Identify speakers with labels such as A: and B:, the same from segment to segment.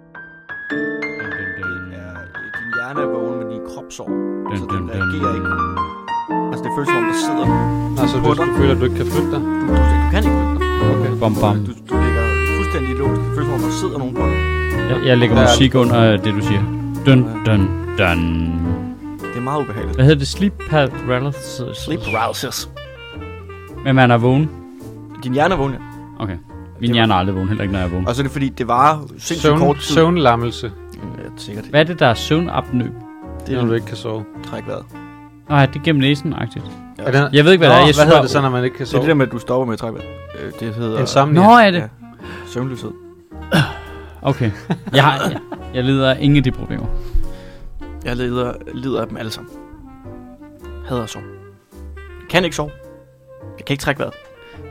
A: Dun, dun, dun.
B: Ja, din hjerne er vågen, men din krop
A: Dun,
B: så
A: dun,
B: den
A: dun.
B: reagerer ikke. Altså, det føles som om, der sidder
C: Altså, hvis du føler, at du ikke kan flytte dig?
B: Du, du, du kan ikke flytte dig.
C: Okay.
A: Bam, bam.
B: Du, du ligger fuldstændig låst. Det føles som om, der sidder nogen på dig.
A: Jeg, jeg lægger
C: Der er-
A: musik under øh, det, du siger. Dun, dun, dun.
B: Det er meget ubehageligt.
A: Hvad hedder det? Sleep paralysis?
B: Sleep paralysis.
A: Men man er vågen.
B: Din hjerne er vågen, ja.
A: Okay. Min hjerne er aldrig vågen, heller ikke når jeg er vågen.
B: Og så er det fordi, det varer sindssygt
C: Søvn,
B: kort tid.
C: søvnlammelse,
B: Ja, sikkert.
A: Hvad er det, der er søvnapnø?
B: Det
C: det
B: er
C: når du
B: det
C: ikke kan sove.
B: træk vejret.
A: Nå, ja, det er gennem næsen-agtigt.
B: Ja.
C: Er den-
A: Jeg ved ikke, hvad
C: Nå,
A: det er. Jeg
C: hvad
A: spørger-
C: hedder det så, når man ikke kan
B: Det er
C: sove?
B: det der med, at du stopper med at trække vejret. Øh, Det hedder...
C: Insomnia.
A: Nå, er det?
B: Ja. Søvnløshed.
A: Okay. Jeg, har, jeg, jeg lider af ingen af de problemer.
B: Jeg lider, lider af dem alle sammen. Hader at sove. Jeg kan ikke sove. Jeg kan ikke trække vejret.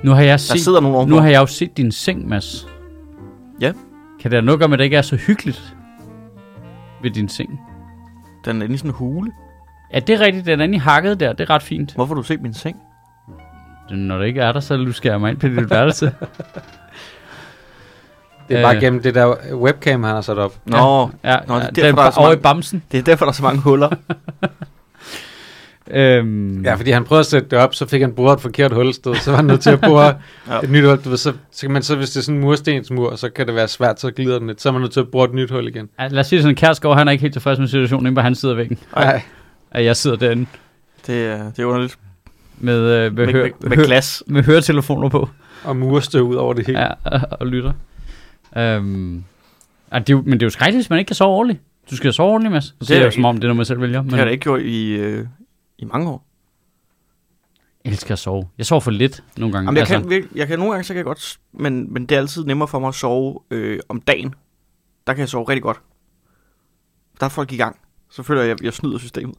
A: Nu har jeg
B: Der
A: set,
B: sidder nogen ovenpå.
A: nu har jeg jo set din seng, Mads.
B: Ja.
A: Kan det have noget gøre med, at det ikke er så hyggeligt ved din seng?
B: Den er inde i sådan en hule.
A: Ja, det er rigtigt. Den er inde i hakket der. Det er ret fint.
B: Hvorfor har du set min seng?
A: Når det ikke er der, så lusker jeg mig ind på dit værelse.
C: Det er bare
A: Øh.
C: gennem det der webcam, han har sat op.
B: Nå, ja.
A: Ja,
B: Nå, det er
A: ja,
B: derfor, der er så
A: over i
B: mange-
A: bamsen.
B: det er derfor, der er så mange huller.
A: Øhm,
C: Ja, fordi han prøvede at sætte det op, så fik han boret et forkert hulsted, så var han nødt til at bore
B: Ja.
C: ja. et nyt hul. Du ved, så, så kan man så, hvis det er sådan en murstensmur, så kan det være svært, så glider den lidt. Så er man nødt til at bore et nyt hul igen.
A: ja, lad os sige det sådan, Kærsgaard, han er ikke helt tilfreds med situationen inde på hans side af væggen.
B: Ej.
C: Nej,
A: At jeg sidder derinde
B: Det, er, det er underligt.
A: med, øh, med,
B: Med,
A: hør,
B: med, med
A: hør-
B: glas.
A: med høretelefoner på
C: og murstøv ud over det hele. Ja.
A: ja, og lytter. Øhm, ah, det er jo, men det er jo skrækkeligt, hvis man ikke kan sove ordentligt. Du skal jo sove ordentligt, Mads. Det,
B: Det er
A: er jo
B: ikke-
A: som om, det er noget, man selv vælger. Men
B: Det har jeg da ikke gjort i, øh, i mange år.
A: jeg elsker at sove. Jeg sover for lidt nogle gange. Altså,
B: Jamen, jeg, kan, virkelig- jeg kan nogle gange, så kan jeg godt, s- men, men det er altid nemmere for mig at sove øh, om dagen. Der kan jeg sove rigtig godt. Der er folk i gang. Så føler jeg, at jeg snyder systemet.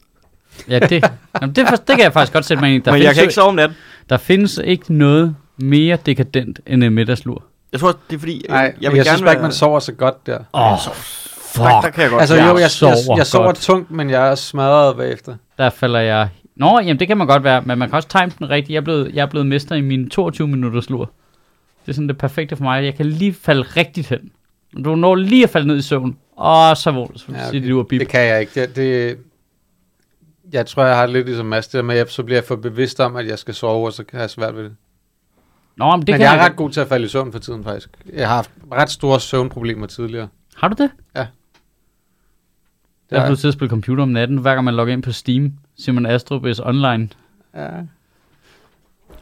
A: Ja, det, jamen, det, for, det kan jeg faktisk godt sætte mig ind i.
B: Der
A: Der,
B: men jeg
A: findes, jo-
B: kan ikke sove om natten.
A: der findes ikke noget mere dekadent end en middagslur.
B: Jeg tror, også, det er fordi... øh,
C: Nej, jeg, jeg, jeg synes bare ikke, man sover så godt der.
A: Åh, oh,
B: Der, der
A: fuck.
B: kan jeg godt. Altså,
C: Altså jo,
A: jeg
C: jeg, jeg,
A: sover
C: jeg, jeg sover
A: godt.
C: tungt, men jeg er smadret bagefter.
A: Der falder jeg... Nå, jamen det kan man godt være, men man kan også time den rigtigt. Jeg er blevet, jeg er blevet mester i min 22-minutters lur. Det er sådan det perfekte for mig. Jeg kan lige falde rigtigt hen. Du når lige at falde ned i søvn, og så vågner du.
C: Ja,
A: Ja,
C: okay.
A: okay. du og bip.
C: Det kan jeg ikke. Det, det, jeg tror, jeg har lidt ligesom Mads, det der med, at jeg- så bliver jeg for bevidst om, at jeg skal sove, og så kan jeg have svært ved det.
A: Nå, men det
C: Det men
A: kan
C: jeg er
A: jeg
C: ret god til at falde i søvn for tiden, faktisk. Jeg har haft ret store søvnproblemer tidligere.
A: Har du det?
C: Det
A: Jeg er
C: har
A: blevet til at spille computer om natten, hver gang man logger ind på Steam. Simon Astrup is online.
C: jeg. Ja.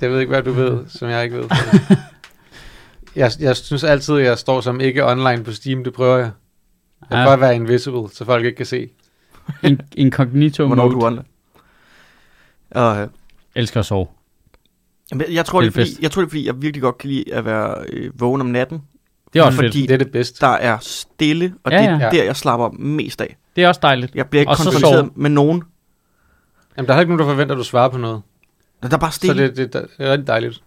C: Jeg ved ikke, hvad du ved, som jeg ikke ved. jeg, jeg synes altid, at jeg står som ikke online på Steam. Det prøver jeg. Jeg
A: Ja.
C: prøver at være invisible, så folk ikke kan se.
A: In- incognito
B: hvornår du
A: mode.
B: er online. Og, øh,
A: Elsker at sove.
B: jamen, jeg, tror, det er
A: Det er
B: fordi, jeg tror, det er fordi, jeg virkelig godt kan lide at være øh, vågen om natten.
A: Det er også
B: Fordi-
A: fedt.
C: Det er det bedste.
B: Der er stille, og
A: Ja,
B: ja, det er
C: ja.
B: der, jeg slapper mest af.
A: Det er også dejligt.
B: Jeg bliver ikke
A: Og så
B: konfronteret med nogen.
C: Jamen, der er heller ikke nogen, der forventer, at du svarer på noget.
B: Der er bare
C: Så
B: stille.
C: det, det, det, det er rigtig dejligt.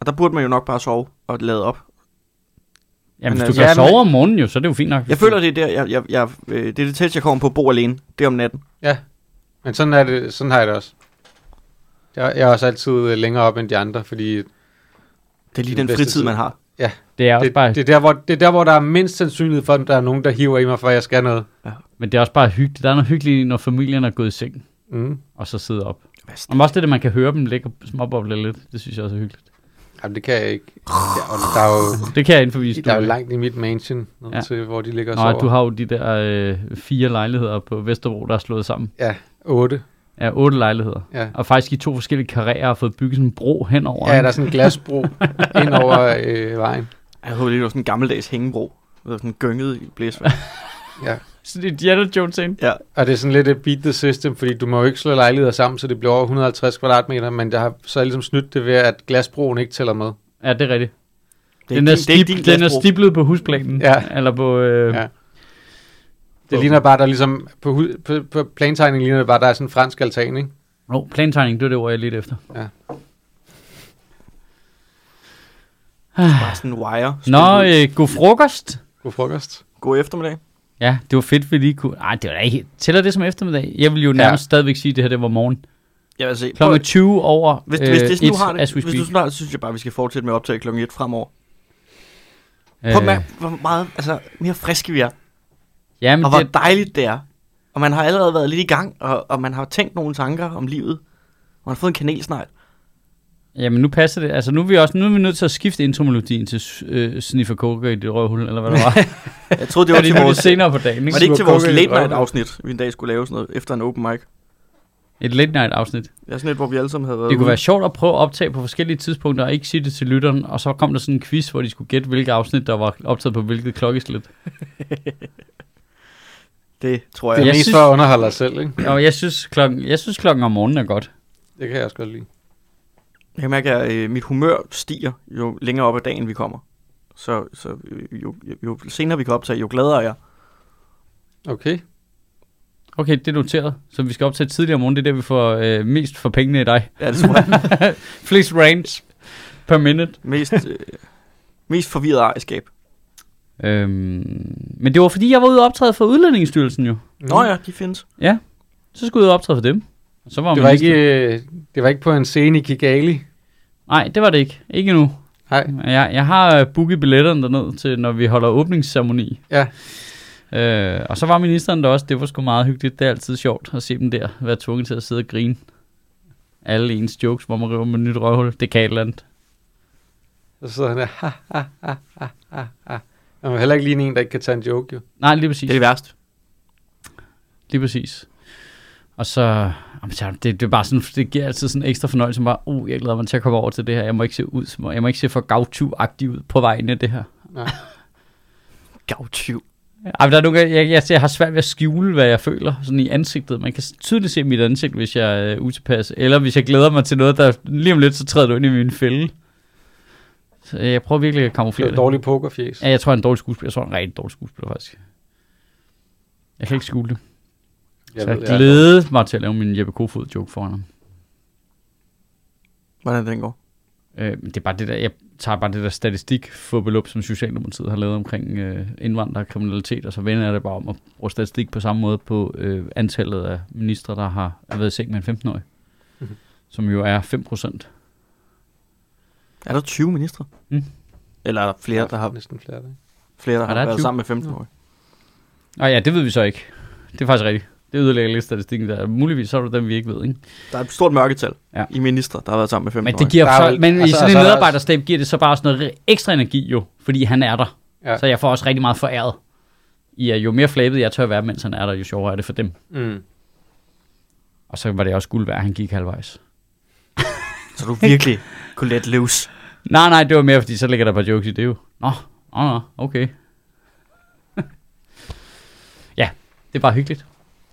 B: Og der burde man jo nok bare sove og lade op.
A: Jamen,
B: Men
A: hvis du
B: altså-
A: kan
C: Ja, men-
A: sove om morgenen jo, så er det jo fint nok.
B: Jeg føler, det er der, jeg, jeg, jeg, øh, det er det tætteste, jeg kommer på at bo alene. Det er om natten.
C: Men sådan, er det, sådan har jeg det også. Jeg, jeg er også altid øh, længere op end de andre, fordi det,
B: Det er lige
C: Det
B: den
C: er den bedste
B: fritid,
C: tid.
B: man har.
A: Det er også
C: det,
A: bare
C: er der, hvor, det er der, hvor der er mindst sandsynlighed for, at der er nogen, der hiver i mig, for at jeg skal noget.
A: Men det er også bare hyggeligt. Der er noget hyggeligt, i, når familien er gået i seng,
C: Mm.
A: og så sidder op.
B: Hvad er
A: Og men også det, at man kan høre dem ligge og småboble lidt. Det synes jeg også er hyggeligt.
C: Jamen, det kan jeg ikke. Ja, og der er jo,
A: Det kan jeg inden for vise.
C: der er jo langt i mit mansion, ned
A: Ja.
C: ja. til, hvor de ligger og
A: Nå,
C: sover.
A: du har jo de der øh, fire lejligheder på Vesterbro, der er slået sammen.
C: Otte.
A: Ja, otte lejligheder.
C: Ja.
A: Og faktisk i to forskellige karrierer har fået bygget sådan en bro henover.
C: ja, der er sådan en glasbro ind over øh, vejen.
B: Jeg håber, det var sådan en gammeldags hængebro. Det var sådan gynget i blæsvær.
A: Sådan et Indiana Jones scene.
C: Og det er sådan lidt et beat the system, fordi du må jo ikke slå lejligheder sammen, så det bliver over 150 kvadratmeter, men jeg har så ligesom snydt det ved, at glasbroen ikke tæller med.
A: Ja, det er rigtigt.
B: Det
A: den,
B: ikke
A: er
B: din- det ikke
A: stib-
B: din
A: den er
B: glasbro.
A: stiblet på husplanen.
C: Ja.
A: Eller på... Øh,
C: Ja.
A: på-
C: Det ligner bare, der ligesom, på, hu- på, på plantegningen ligner det bare, der er sådan en fransk altan, ikke?
A: Nå, oh, plantegning, det var det ord, jeg lidt efter.
B: Bare sådan en wire.
A: Nå,
B: Spændt ud.
A: øh, god frokost.
C: God frokost.
B: God eftermiddag.
A: Ja, det var fedt, vi lige kunne... Ej, det var da ikke... Tæller det som eftermiddag? Jeg vil jo
C: Ja.
A: nærmest ja. stadigvæk sige, at det her det var morgen.
B: Jeg vil se.
A: Klokken 20 over
B: Hvis, øh, hvis det er sådan,
A: et,
B: du har det,
A: as we
B: hvis du
A: speak.
B: sådan har det, så synes jeg bare, vi skal fortsætte med at optage klokken 1 fremover.
A: Øh.
B: Prøv at mærke, hvor meget altså, mere friske vi er.
A: ja, men
B: Og hvor
A: det,
B: dejligt det er. Og man har allerede været lidt i gang, og, og man har tænkt nogle tanker om livet. Og man har fået en kanelsnegl.
A: jamen nu passer det. Altså nu er vi også nu er vi nødt til at skifte intromelodien til øh, Sniffer Coker i det røvhul, eller hvad det var.
B: Jeg troede, det var
A: Fordi
B: til
A: nu er det
B: vores...
A: senere på dagen,
B: Var
A: ikke?
B: det ikke til
C: Smuk
B: vores
C: kugge i
B: late night
C: røven.
B: afsnit, vi en dag skulle lave sådan noget, efter en open mic?
A: Et late night afsnit.
B: Ja, sådan et, hvor vi alle sammen havde været
A: Det kunne
B: ude.
A: være sjovt at prøve at optage på forskellige tidspunkter og ikke sige det til lytteren, og så kom der sådan en quiz, hvor de skulle gætte, hvilket afsnit, der var optaget på hvilket klokkeslæt.
B: Det tror
C: Det
B: jeg.
C: er
A: Jeg
C: mest
A: synes-
C: for at underholde dig selv, ikke?
A: Og jeg synes, klokken, jeg synes, klokken om morgenen er godt.
C: Det kan jeg også godt lide.
B: Jeg kan mærke, at øh, mit humør stiger, jo længere op ad dagen vi kommer. Så, så øh, jo, jo senere vi kan optage, jo gladere er jeg.
C: Okay.
A: Okay, det er noteret. Så vi skal optage tidligere om morgenen. Det er der, vi får øh, mest for pengene i dig.
B: Ja, det tror jeg.
A: Flest range per minute.
B: mest, øh, mest forvirret ejerskab.
A: Øhm, men det var fordi, jeg var ude og optræde for Udlændingsstyrelsen jo.
B: Nå ja, de findes.
A: Ja, så skulle jeg ud og optræde for dem. Og Så var
C: Det var,
A: minister-
C: ikke, øh, det var ikke på en scene i Kigali.
A: Nej, det var det ikke. Ikke nu.
C: Nej.
A: Jeg, jeg har øh, booket billetterne derned til, når vi holder åbningsceremoni.
C: Ja.
A: Øh, og så var ministeren der også. Det var sgu meget hyggeligt. Det er altid sjovt at se dem der. Være tvunget til at sidde og grine. Alle ens jokes, hvor man river med et nyt røvhul. Det kan et eller andet.
C: Så sidder han der, ha, ha, ha, ha, ha, ha. Man vil heller ikke ligne en, der ikke kan tage en joke, jo.
A: Nej, lige præcis.
B: Det er det værste.
A: Lige præcis. Og så, jamen, så er det, det er bare sådan, det giver altid sådan en ekstra fornøjelse, bare, uh, jeg glæder mig til at komme over til det her, jeg må ikke se ud som, jeg må ikke se for gavtu-agtig ud på vejen af det her.
B: Gavtiv.
A: Ej, men der er nogle gange, jeg, jeg, jeg, har svært ved at skjule, hvad jeg føler sådan i ansigtet. Man kan tydeligt se mit ansigt, hvis jeg er øh, utilpas. Eller hvis jeg glæder mig til noget, der lige om lidt, så træder du ind i min fælde. Så jeg prøver virkelig at
C: Det er
A: kamuflere
C: et
A: det.
C: dårligt pokerfjes.
A: Ja, jeg tror, jeg er en dårlig skuespiller. Jeg tror, jeg er en rigtig dårlig skuespiller, faktisk. Jeg kan ikke skjule det.
C: Jeg
A: så jeg
C: ved,
A: glæder
C: jeg er
A: mig til at lave min Jeppe Kofod-joke foran ham.
B: Hvordan den går.
A: Øh, men det er bare det der, jeg tager bare det der statistik fubbelup, som Socialdemokratiet har lavet omkring øh, indvandrerkriminalitet, og så vender jeg det bare om at bruge statistik på samme måde på øh, antallet af ministre, der har har været i seng med en 15-årig,
C: Mhm.
A: som jo er 5 procent.
B: Er der 20 ministre?
A: Mm.
B: Eller er der flere, der har,
C: Næsten flere, ikke?
B: flere, der
A: Er
B: har
A: der
B: været
A: 20?
B: sammen med 15 år?
A: Og ja, det ved vi så ikke. Det er faktisk rigtigt. Det ødelægger lidt statistikken der. Muligvis så er det dem, vi ikke ved, ikke?
B: Der er et stort mørketal
A: Ja.
B: i ministre, der har været sammen med 15
A: Men, det giver
C: Der er
A: så,
C: vel-
A: men
C: altså,
A: i sådan
C: altså,
A: en
C: der er-
A: medarbejderstab giver det så bare sådan noget re- ekstra energi jo, fordi han er der.
C: Ja.
A: Så jeg får også rigtig meget foræret. I er jo mere flabet jeg tør være, mens han er der, jo sjovere er det for dem.
C: Mm.
A: Og så var det også guld værd, at han gik halvvejs.
B: Så du virkelig kunne let løs.
A: Nej, nej, det var mere, fordi så ligger der bare jokes i det jo. Nå, nå, nå, okay. ja, det er bare hyggeligt.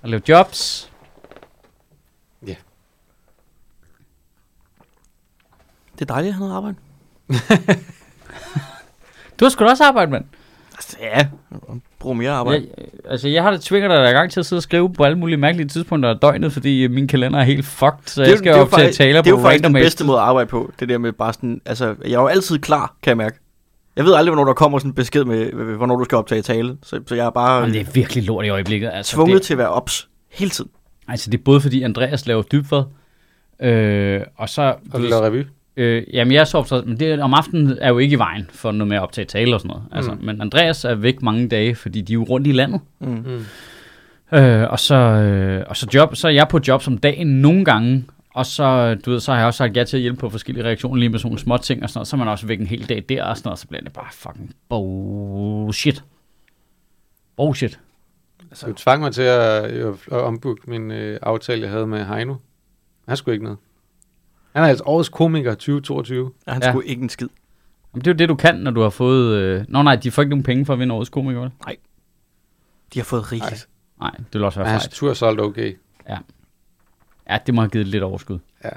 A: At lave jobs.
B: Det er dejligt at have noget arbejde.
A: Du har sgu da også arbejde, mand.
B: Altså, ja. Brug mere arbejde.
A: Jeg, altså, jeg har det tvinger dig i gang til at sidde og skrive på alle mulige mærkelige tidspunkter af døgnet, fordi øh, min kalender er helt fucked, så jeg skal jo
B: jo
A: op til at
B: faktisk-
A: tale
B: det er jo
A: på
B: faktisk den
A: random
B: bedste måde at arbejde på. Det der med bare sådan, altså, jeg er jo altid klar, kan jeg mærke. Jeg ved aldrig, hvornår der kommer sådan en besked med, øh, hvornår du skal optage tale. Så, så jeg er bare
A: Jamen,
B: Jamen,
A: det er virkelig lort i øjeblikket. Altså,
B: tvunget
A: det,
B: til at være ops hele tiden.
A: altså, det er både fordi Andreas laver dybvad, øh, og så...
C: Og du laver revy.
A: Øh, jamen, jeg så optaget, men det, om aftenen er jo ikke i vejen for noget med at optage tale og sådan noget. Altså,
C: Mm.
A: Men Andreas er væk mange dage, fordi de er jo rundt i landet.
B: Mm.
C: Mm.
A: Øh, og, så, øh, og så, job, så er jeg på job som dagen nogle gange, og så, du ved, så har jeg også sagt ja til at hjælpe på forskellige reaktioner, lige med sådan nogle små ting og sådan noget. Så er man også væk en hel dag der og sådan noget, så bliver det bare fucking bullshit. Bullshit.
C: Du tvang mig til at, øh, at ombooke min øh, aftale, jeg havde med Heino. Han skulle ikke noget. Han er altså årets komiker 2022.
B: Ja, han
A: Ja.
B: ja. skulle ikke en skid.
A: Jamen, det er jo det, du kan, når du har fået... Øh... Nå nej, de får ikke nogen penge for at vinde årets komiker, vel?
B: De har fået rigeligt.
A: Nej, det vil også
C: Men
A: være
C: hans
A: fejl.
C: tur solgte okay.
A: Ja, det må have givet lidt overskud.
C: Ja.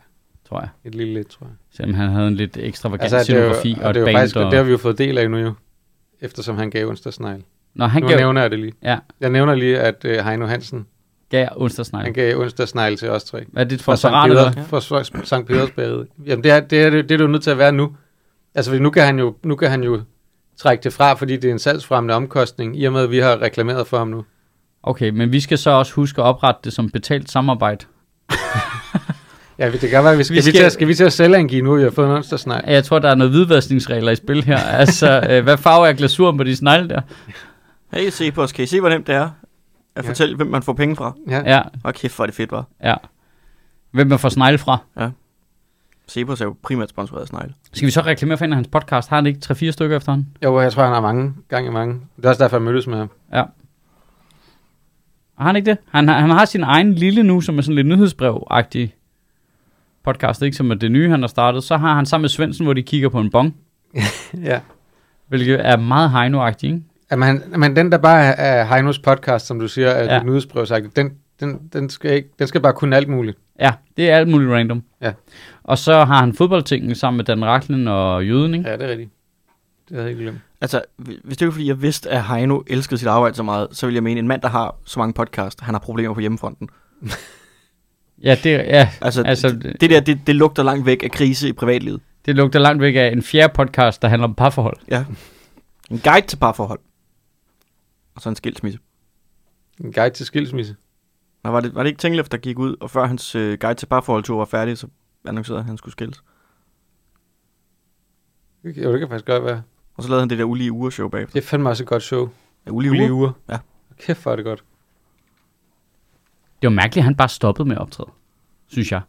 A: Tror jeg.
C: Et lille lidt, tror jeg.
A: Selvom han havde en lidt ekstravagant
C: Altså,
A: altså,
C: det er jo,
A: scenografi og,
C: og
A: et
C: det er jo
A: band.
C: faktisk,
A: og...
C: det har vi jo fået del af nu jo. Eftersom han gav onsdagsnegl.
A: Nå, han
C: Nu
A: gav,
C: nævner jeg det lige.
A: ja,
C: Jeg nævner lige, at øh, Heino Hansen,
A: gav onsdagsnegl.
C: han gav onsdagsnegl til os tre.
A: Hvad er det for
C: fra
A: et
C: Sankt
A: parat, eller?
C: Peders, fra Sankt- Sankt Pedersbadet. Jamen, det er, det, er, det, er, det er du nødt til at være nu. Altså, fordi nu kan han jo, nu kan han jo trække det fra, fordi det er en salgsfremmende omkostning, i og med, at vi har reklameret for ham nu.
A: Okay, men vi skal så også huske at oprette det som betalt samarbejde.
C: Ja, det kan godt være, vi skal, vi skal... Vi til, at- skal vi til at sælge en nu? Vi har fået en onsdagsnej.
A: Jeg tror, der er noget hvidvaskningsregler i spil her. altså, øh, hvad farve er glasuren på de snegle der?
B: Hey Cepos, kan I se, hvor nemt det er at
C: Ja.
B: fortælle, hvem man får penge fra?
C: Ja.
A: Ja,
B: Og kæft, hvor er det fedt, var.
A: ja. Hvem man får snegle fra.
B: Cepos er jo primært sponsoreret af Snegle.
A: Skal vi så reklamere for en af hans podcast? Har han ikke 3-4 stykker efter ham?
C: Jo, jeg tror, han har mange. Gang i mange. Det er også derfor, jeg mødtes med ham.
A: Har han ikke det? Han har, han har sin egen lille nu, som er sådan lidt nyhedsbrev-agtig podcast, ikke? Som er det nye, han har startet. Så har han sammen med Svendsen, hvor de kigger på en bong,
C: Ja.
A: hvilket er meget heino ikke?
C: Jamen, han, men den, der bare er- er Heinos podcast, som du siger, er
A: Ja.
C: ja. nyhedsbrev sagt, den, den, den, skal ikke, den skal bare kunne alt muligt.
A: Ja, det er alt muligt random.
C: Ja.
A: Og så har han fodboldtingen sammen med Dan Raklen og Jøden, ikke?
C: Ja, det er rigtigt. Det havde jeg ikke glemt.
B: Altså, hvi- hvis det ikke var, fordi jeg vidste, at Heino elskede sit arbejde så meget, så ville jeg mene, at en mand, der har så mange podcast, han har problemer på hjemmefronten.
A: Ja, det, ja,
B: Altså,
A: Altså,
B: altså det, det der, det, det lugter langt væk af krise i privatlivet.
A: det lugter langt væk af en fjerde podcast, der handler om parforhold.
B: En guide til parforhold. Og så en skilsmisse.
C: En guide til skilsmisse.
B: Nå, var, det, var det ikke Tinglev, der gik ud, og før hans øh, guide til parforhold var færdig, så annoncerede han, at han skulle skilles.
C: Jo, det kan faktisk godt være.
B: Og så lavede han det der ulige uger show bagefter.
C: Det er fandme også et godt show.
B: Ja, ulige,
C: Ulige
B: uger.
C: uger.
B: Ja.
C: Kæft, hvor er det godt.
A: Det var mærkeligt, at han bare stoppede med at optræde, synes jeg.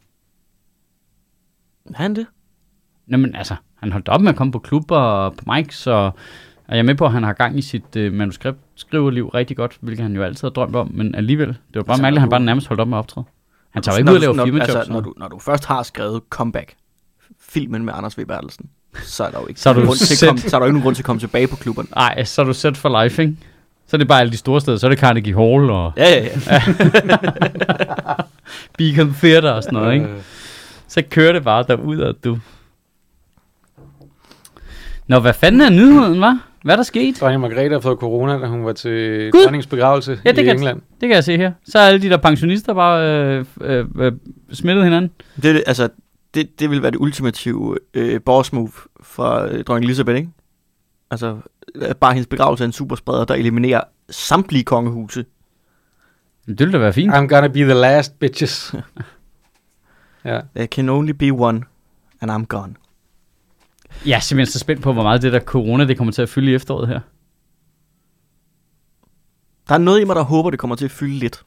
B: Har han det?
A: Jamen altså, han holdt op med at komme på klubber og på mics, og, og jeg er med på, at han har gang i sit øh, manuskript skriverliv rigtig godt, hvilket han jo altid har drømt om, men alligevel, det var bare
B: Altså,
A: mærkeligt, at han
B: når
A: bare
B: du-
A: nærmest holdt op med at optræde. Han tager jo
B: Så
A: ikke
B: når
A: ud og
B: du-
A: laver
B: når-
A: firmajobs.
B: Altså, når
A: Altså,
B: du, når du først har skrevet comeback, filmen med Anders V. Bertelsen, så er der jo ikke
A: Så er du
B: nogen grund til
A: set.
B: at komme, så er der jo ikke nogen grund til at komme tilbage på klubberne.
A: Nej, så er du set for life, ikke? Så er det bare alle de store steder. Så er det Carnegie Hall og
B: Ja, ja, ja.
A: Beacon Theater og sådan noget,
B: Øh.
A: ikke?
C: Øh,
A: Så kører det bare derudad, du. Nå, hvad fanden er nyheden, var? Hvad er der sket?
C: Dronning Margrethe har fået corona, da hun var til
A: Gud!
C: dronningens begravelse
A: Ja,
C: ja,
A: det
C: i
A: kan-
C: England.
A: Det kan jeg se her. Så er alle de der pensionister bare øh, øh, øh, smittet hinanden.
B: Det, er det- altså, det, det vil være det ultimative øh, boss move fra øh, dronning Elisabeth, ikke? Altså, at bare hendes begravelse er en superspreder, der eliminerer samtlige kongehuse.
A: Men Det ville da være fint.
C: I'm gonna be the last, bitches. ja.
B: There can only be one, and I'm gone.
A: Jeg er simpelthen så spændt på, hvor meget det der corona, det kommer til at fylde i efteråret her.
B: Der er noget i mig, der håber, det kommer til at fylde lidt.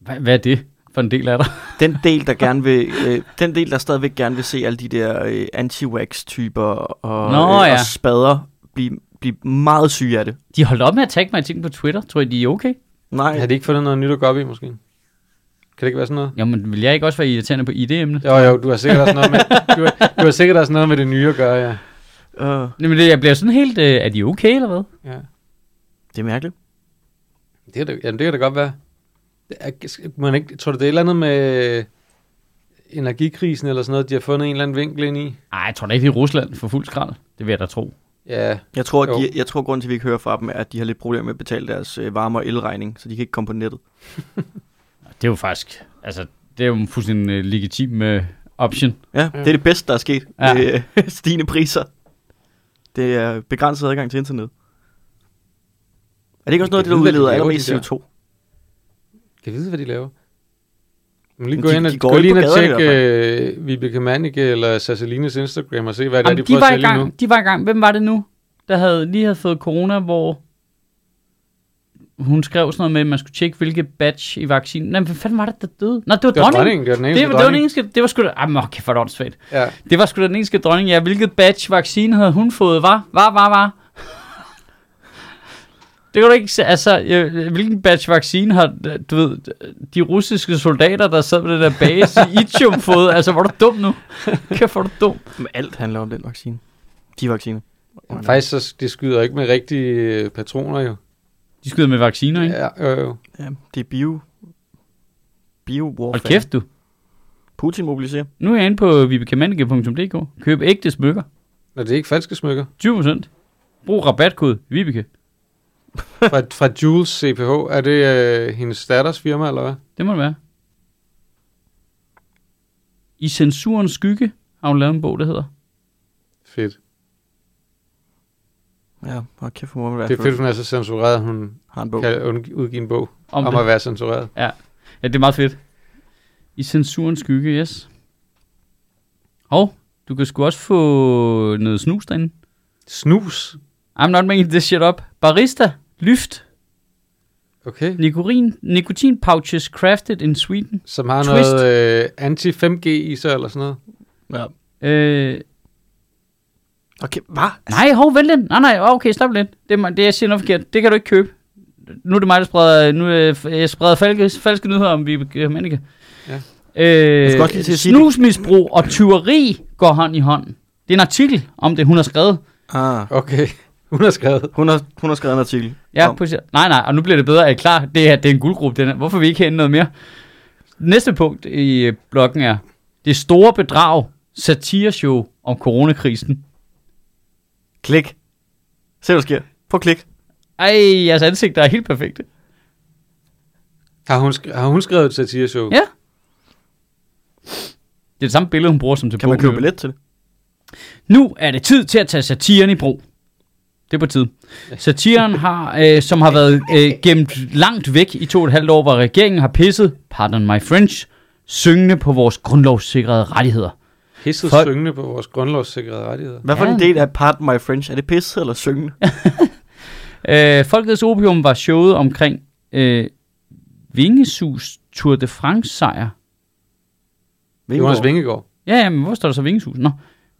A: Hvad, hvad er det for en del af dig?
B: Den del, der gerne vil, øh, den del, der stadigvæk gerne vil se alle de der øh, anti-wax-typer og,
A: Nå,
B: øh,
A: ja.
B: og spader blive, blive meget syge af det.
A: De holdt op med at tagge mig i ting på Twitter. Tror I, de er okay?
B: Nej,
C: Har de ikke fundet noget nyt at gå op i, måske? Kan det ikke være sådan noget?
A: Jamen, vil jeg ikke også være irriterende på ID-emne?
C: Jo, jo, du har sikkert også noget med, du har, du har sikkert også noget med det nye at gøre, ja.
B: øh,
A: Jamen, det- jeg bliver sådan helt... Øh, er de okay, eller hvad?
C: ja.
B: det er mærkeligt.
C: Det, kan da, jamen, det kan da godt være. Det er- Man ikke, tror du, det er et eller andet med øh, energikrisen eller sådan noget, de har fundet en eller anden vinkel ind i?
A: Nej, jeg tror da ikke, det er Rusland for fuld skrald. Det vil jeg da tro.
C: Ja,
B: Jeg tror, at
C: Jo.
B: de, jeg tror, grunden til, at vi ikke hører fra dem, er, at de har lidt problemer med at betale deres øh, varme- og elregning, så de kan ikke komme på nettet.
A: Det er jo faktisk... Altså, det er jo en fuldstændig øh, legitim øh, option.
B: Ja,
C: Ja.
B: det er det bedste, der er sket
A: Ja.
B: ja. med øh, stigende priser. Det er begrænset adgang til internet. Er det ikke også noget, af det,
C: Jeg
B: der
C: ved, hvad de
B: udleder
C: laver,
B: allermest
C: de der.
B: CO2?
C: kan vide, hvad de laver. Men lige
B: Men
C: gå
B: de-
C: ind og,
B: de går
C: gå
B: ikke
C: lige
B: på
C: ind og
B: gaderne i
C: tjek øh, Vibeke Mannicke eller Sassalines Instagram og se, hvad det
A: Jamen,
C: er, de
A: de,
C: prøver at
A: var i
C: sælge
A: gang,
C: nu.
A: de var i gang. Hvem var det nu, der havde, lige havde fået corona, hvor hun skrev sådan noget med, at man skulle tjekke, hvilke batch i vaccinen. Nej, men hvad fanden var det, der døde? Nå, det var
C: Det var
A: dronningen.
C: dronningen, det var den
A: Det,
C: eneste
A: var- det var den eneste, det var sgu da, ah, okay, for det
C: Ja.
A: Det var sgu da den eneste dronning, ja. Hvilket batch vaccine havde hun fået, var? Var, var, var? Det kan du ikke se. Altså, øh, hvilken batch vaccine har, øh, du ved, de russiske soldater, der sad med den der base i Itium fået? Altså, var du dum nu? Kæft, var du dum.
B: Men alt handler om den vaccine. De vacciner.
C: Jamen, Faktisk, så, de skyder ikke med rigtige øh, patroner, jo.
A: De skyder med vacciner, ikke?
C: Ja, jo, jo.
B: Ja, det er bio... bio
A: Hold kæft, du.
B: Putin mobiliserer.
A: Nu er jeg inde på vibekemannike.dk. Køb ægte smykker.
C: Når det er ikke falske smykker.
A: 20%. Brug rabatkode Vibeke.
C: Fra, fra Jules CPH, er det øh, hendes datters firma, eller hvad?
A: Det må det være. I censurens skygge har hun lavet en bog, der hedder.
C: Fedt.
B: Ja, hold kæft, hvor må man være.
C: Det er fedt, hun er så censureret, hun
B: Har en bog.
C: kan undg- udgive en bog om,
A: Om,
C: om
A: det.
C: at være censureret.
A: Ja, det er meget fedt. I censurens skygge, yes. Og du kan sgu også få noget snus derinde.
C: Snus.
A: I'm not making this shit up. Barista, lyft,
C: Okay.
A: nikotin, nikotin pouches crafted in Sweden.
C: Som har
A: Twist.
C: noget øh, anti-5G i sig eller sådan noget.
B: Ja.
A: Øh,
B: Okay, hvad?
A: nej, hov, vent lidt. Nej, nej, okay, stop lidt. Det, er mig- det jeg siger noget forkert. Det kan du ikke købe. Nu er det mig, der spreder, nu øh, f- jeg spreder falske, falske nyheder om Vibeke Menneke.
C: Ja.
B: Jeg
A: Øh,
B: skulle også lige til at sige det.
A: snusmisbrug og tyveri går hånd i hånd. Det er en artikel om det, hun har skrevet.
B: Ah.
C: Okay. Hun har skrevet.
B: Hun har, hun har skrevet en artikel.
A: Ja,
B: om-
A: på, nej, nej, og nu bliver det bedre. Er I klar? Det er, det er en guldgruppe, den her. Hvorfor er vi ikke henne noget mere? Næste punkt i øh, blokken er, det store bedrag satireshow om coronakrisen.
B: Klik. Se, hvad der sker. Prøv at klik.
A: Ej, jeres ansigter er helt perfekte.
C: Har hun, sk- har hun skrevet et satireshow?
A: Ja. Det er det samme billede, hun bruger som til
B: Kan man
A: bogen.
B: købe billet til det?
A: Nu er det tid til at tage satiren i brug. Det er på tid. Satiren, har, øh, som har været øh, gemt langt væk i to og et halvt år, hvor regeringen har pisset, pardon my French, syngende på vores grundlovssikrede rettigheder.
C: Hisset
A: Folk-
C: syngende på vores grundlovssikrede rettigheder.
B: Hvad for
A: Ja.
B: en del af Pardon My French? Er det pisse eller syngende?
A: Øh, Folkets Opium var showet omkring øh, Vingesus Tour de France sejr.
C: Jonas Vingegaard.
A: Ja, ja, men hvor står der så Vingesus? Nå.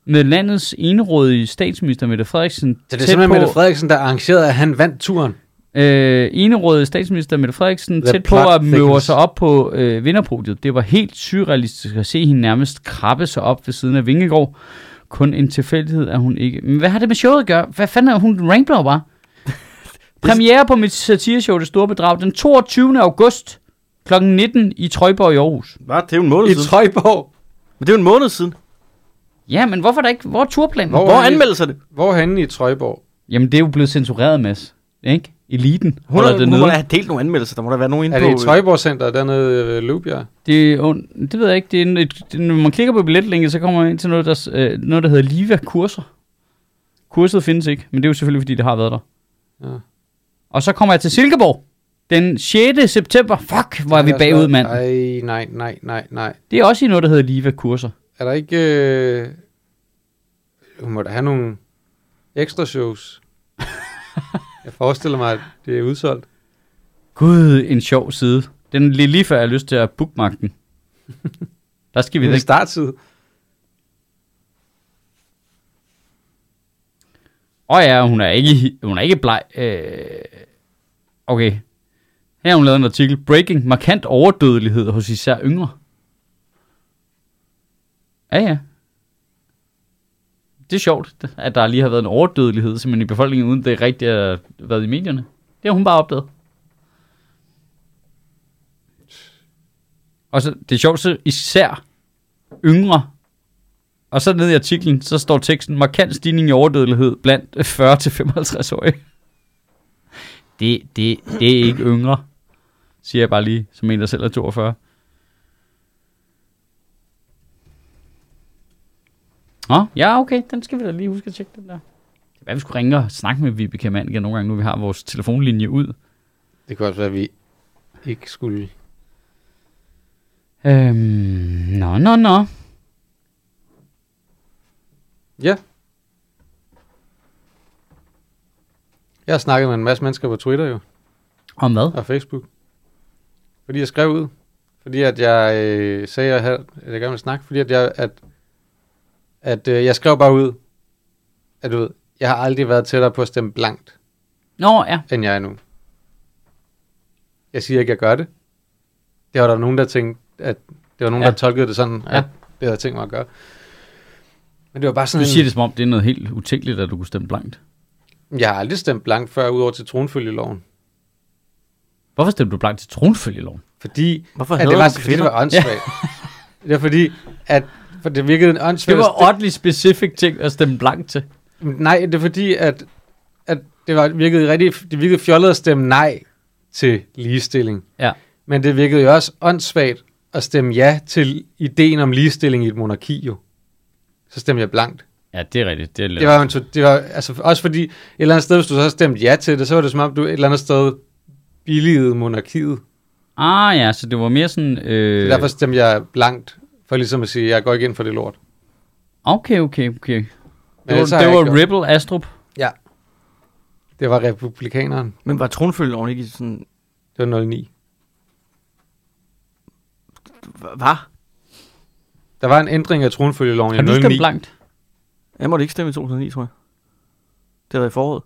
A: Med landets enerådige statsminister Mette Frederiksen
C: Så det er simpelthen Mette Frederiksen, der arrangerede, at han vandt turen.
A: Øh, enerådige statsminister Mette Frederiksen
C: The
A: tæt på
C: plot
A: at møve
C: thickens.
A: sig op på øh, vinderpodiet. Det var helt surrealistisk at se hende nærmest krabbe sig op ved siden af Vingegaard. Kun en tilfældighed er hun ikke. Men hvad har det med showet at gøre? Hvad fanden er hun rambler bare? Premiere på mit satireshow Det Store Bedrag den 22. august kl. 19 i Trøjborg i Aarhus.
B: Hvad? Det er jo en måned
C: I
B: siden.
C: Trøjborg.
B: Men det er jo en måned siden.
A: Ja, men hvorfor er der ikke? Hvor er turplanen?
C: Hvor-
B: Hvor
C: er det?
B: anmeldelser det?
C: Hvorhenne i Trøjborg?
A: Jamen, det er jo blevet censureret, Mads. Ikke? Eliten
B: Hun,
A: holder det
B: hun må
A: nede.
B: da have delt nogle anmeldelser. Der må der være nogen inde
C: Er det
B: på... øh,
C: i Trøjborg Center dernede øh, ved Lubjerg?
A: Det, er ond- det ved jeg ikke. Det er en, et, det, når man klikker på billetlinket, så kommer man ind til noget, der, s- øh, noget, der hedder Liva-kurser. Kurset findes ikke, men det er jo selvfølgelig, fordi det har været der.
C: Ja.
A: Og så kommer jeg til Silkeborg den 6. september. Fuck, hvor er vi bagud, mand.
C: Nej, nej, nej, nej, nej.
A: Det er også i noget, der hedder Liva-kurser.
C: Er der ikke... Øh... Hun må da have nogle ekstra shows. jeg forestiller mig, at det er udsolgt.
A: Gud, en sjov side. Den lige, lige før jeg har lyst til at bookmarke den. Der skal vi
C: Det
A: da
C: er
A: ikke.
C: starttid.
A: Åh oh ja, hun er ikke, hun er ikke bleg. Øh, okay. Her har hun lavet en artikel. Breaking markant overdødelighed hos især yngre. Ja, ja. Det er sjovt, at der lige har været en overdødelighed simpelthen i befolkningen, uden det rigtigt har været i medierne. Det har hun bare opdaget. Og så, det er sjovt, så især yngre og så nede i artiklen, så står teksten, markant stigning i overdødelighed blandt øh, 40-55-årige. Det, det, det er ikke yngre, siger jeg bare lige, som en, der selv er 42. Nå, ja, okay, den skal vi da lige huske at tjekke, den der. Det er, hvad vi skulle ringe og snakke med Vibeke Manke nogle gange, nu vi har vores telefonlinje ud.
C: Det kunne også være, at vi ikke skulle...
A: Øhm, nå, nå, nå.
C: Ja. Jeg har snakket med en masse mennesker på Twitter jo,
A: Om hvad?
C: og Facebook. Fordi jeg skrev ud. Fordi at jeg øh, sagde, at jeg, havde, at jeg gerne ville snakke. Fordi at jeg, at, at øh, jeg skrev bare ud, at du ved, jeg har aldrig været tættere på at stemme blankt.
A: Nå, ja.
C: end jeg er nu. Jeg siger ikke, at jeg gør det. Det var der nogen, der tænkte, at det var nogen,
A: Ja.
C: ja. der tolkede det sådan,
A: Ja.
C: ja. at det havde jeg tænkt mig at gøre. Men det var bare sådan,
A: Du
C: en-
A: siger det som om, det er noget helt utænkeligt, at du kunne stemme blankt.
C: jeg har aldrig stemt blank før, udover til tronfølgeloven.
A: Hvorfor stemte du blankt til tronfølgeloven?
C: Fordi,
B: Hvorfor
C: at
B: havde
C: det
B: hun
C: var, fordi det
B: kvinder?
C: var åndssvagt. det er fordi, at for det virkede en åndssvag...
A: Det var oddly specific ting at stemme blank til.
C: Nej, det er fordi, at, at det var, virkede rigtig, det virkede fjollet at stemme nej til ligestilling.
A: Ja.
C: Men det virkede jo også åndssvagt at stemme ja til ideen om ligestilling i et monarki jo. Så stemte jeg blankt.
A: Ja, det er rigtigt. Det er
C: Det var, jo en to- det var altså også fordi, et eller andet sted, hvis du så stemte ja til det, så var det som om, du et eller andet sted billigede monarkiet.
A: Ah ja, så det var mere sådan...
C: Øh.
A: Øh,
C: Derfor stemte jeg blankt, for ligesom at sige, at jeg går ikke ind for det lort.
A: Okay, okay, okay. Det
C: ellers
A: var,
C: har
A: det
C: jeg
A: var
C: ikke gjort.
A: Ripple Astrup.
C: Det var republikaneren.
B: Men var tronfølgen ikke sådan...
C: Det var 09.
B: Hvad?
C: Der var en ændring af tronfølgeloven i
A: Har du
C: 09.
A: stemt blankt?
B: Jeg måtte ikke stemme i 2009, tror jeg. Det har været i foråret.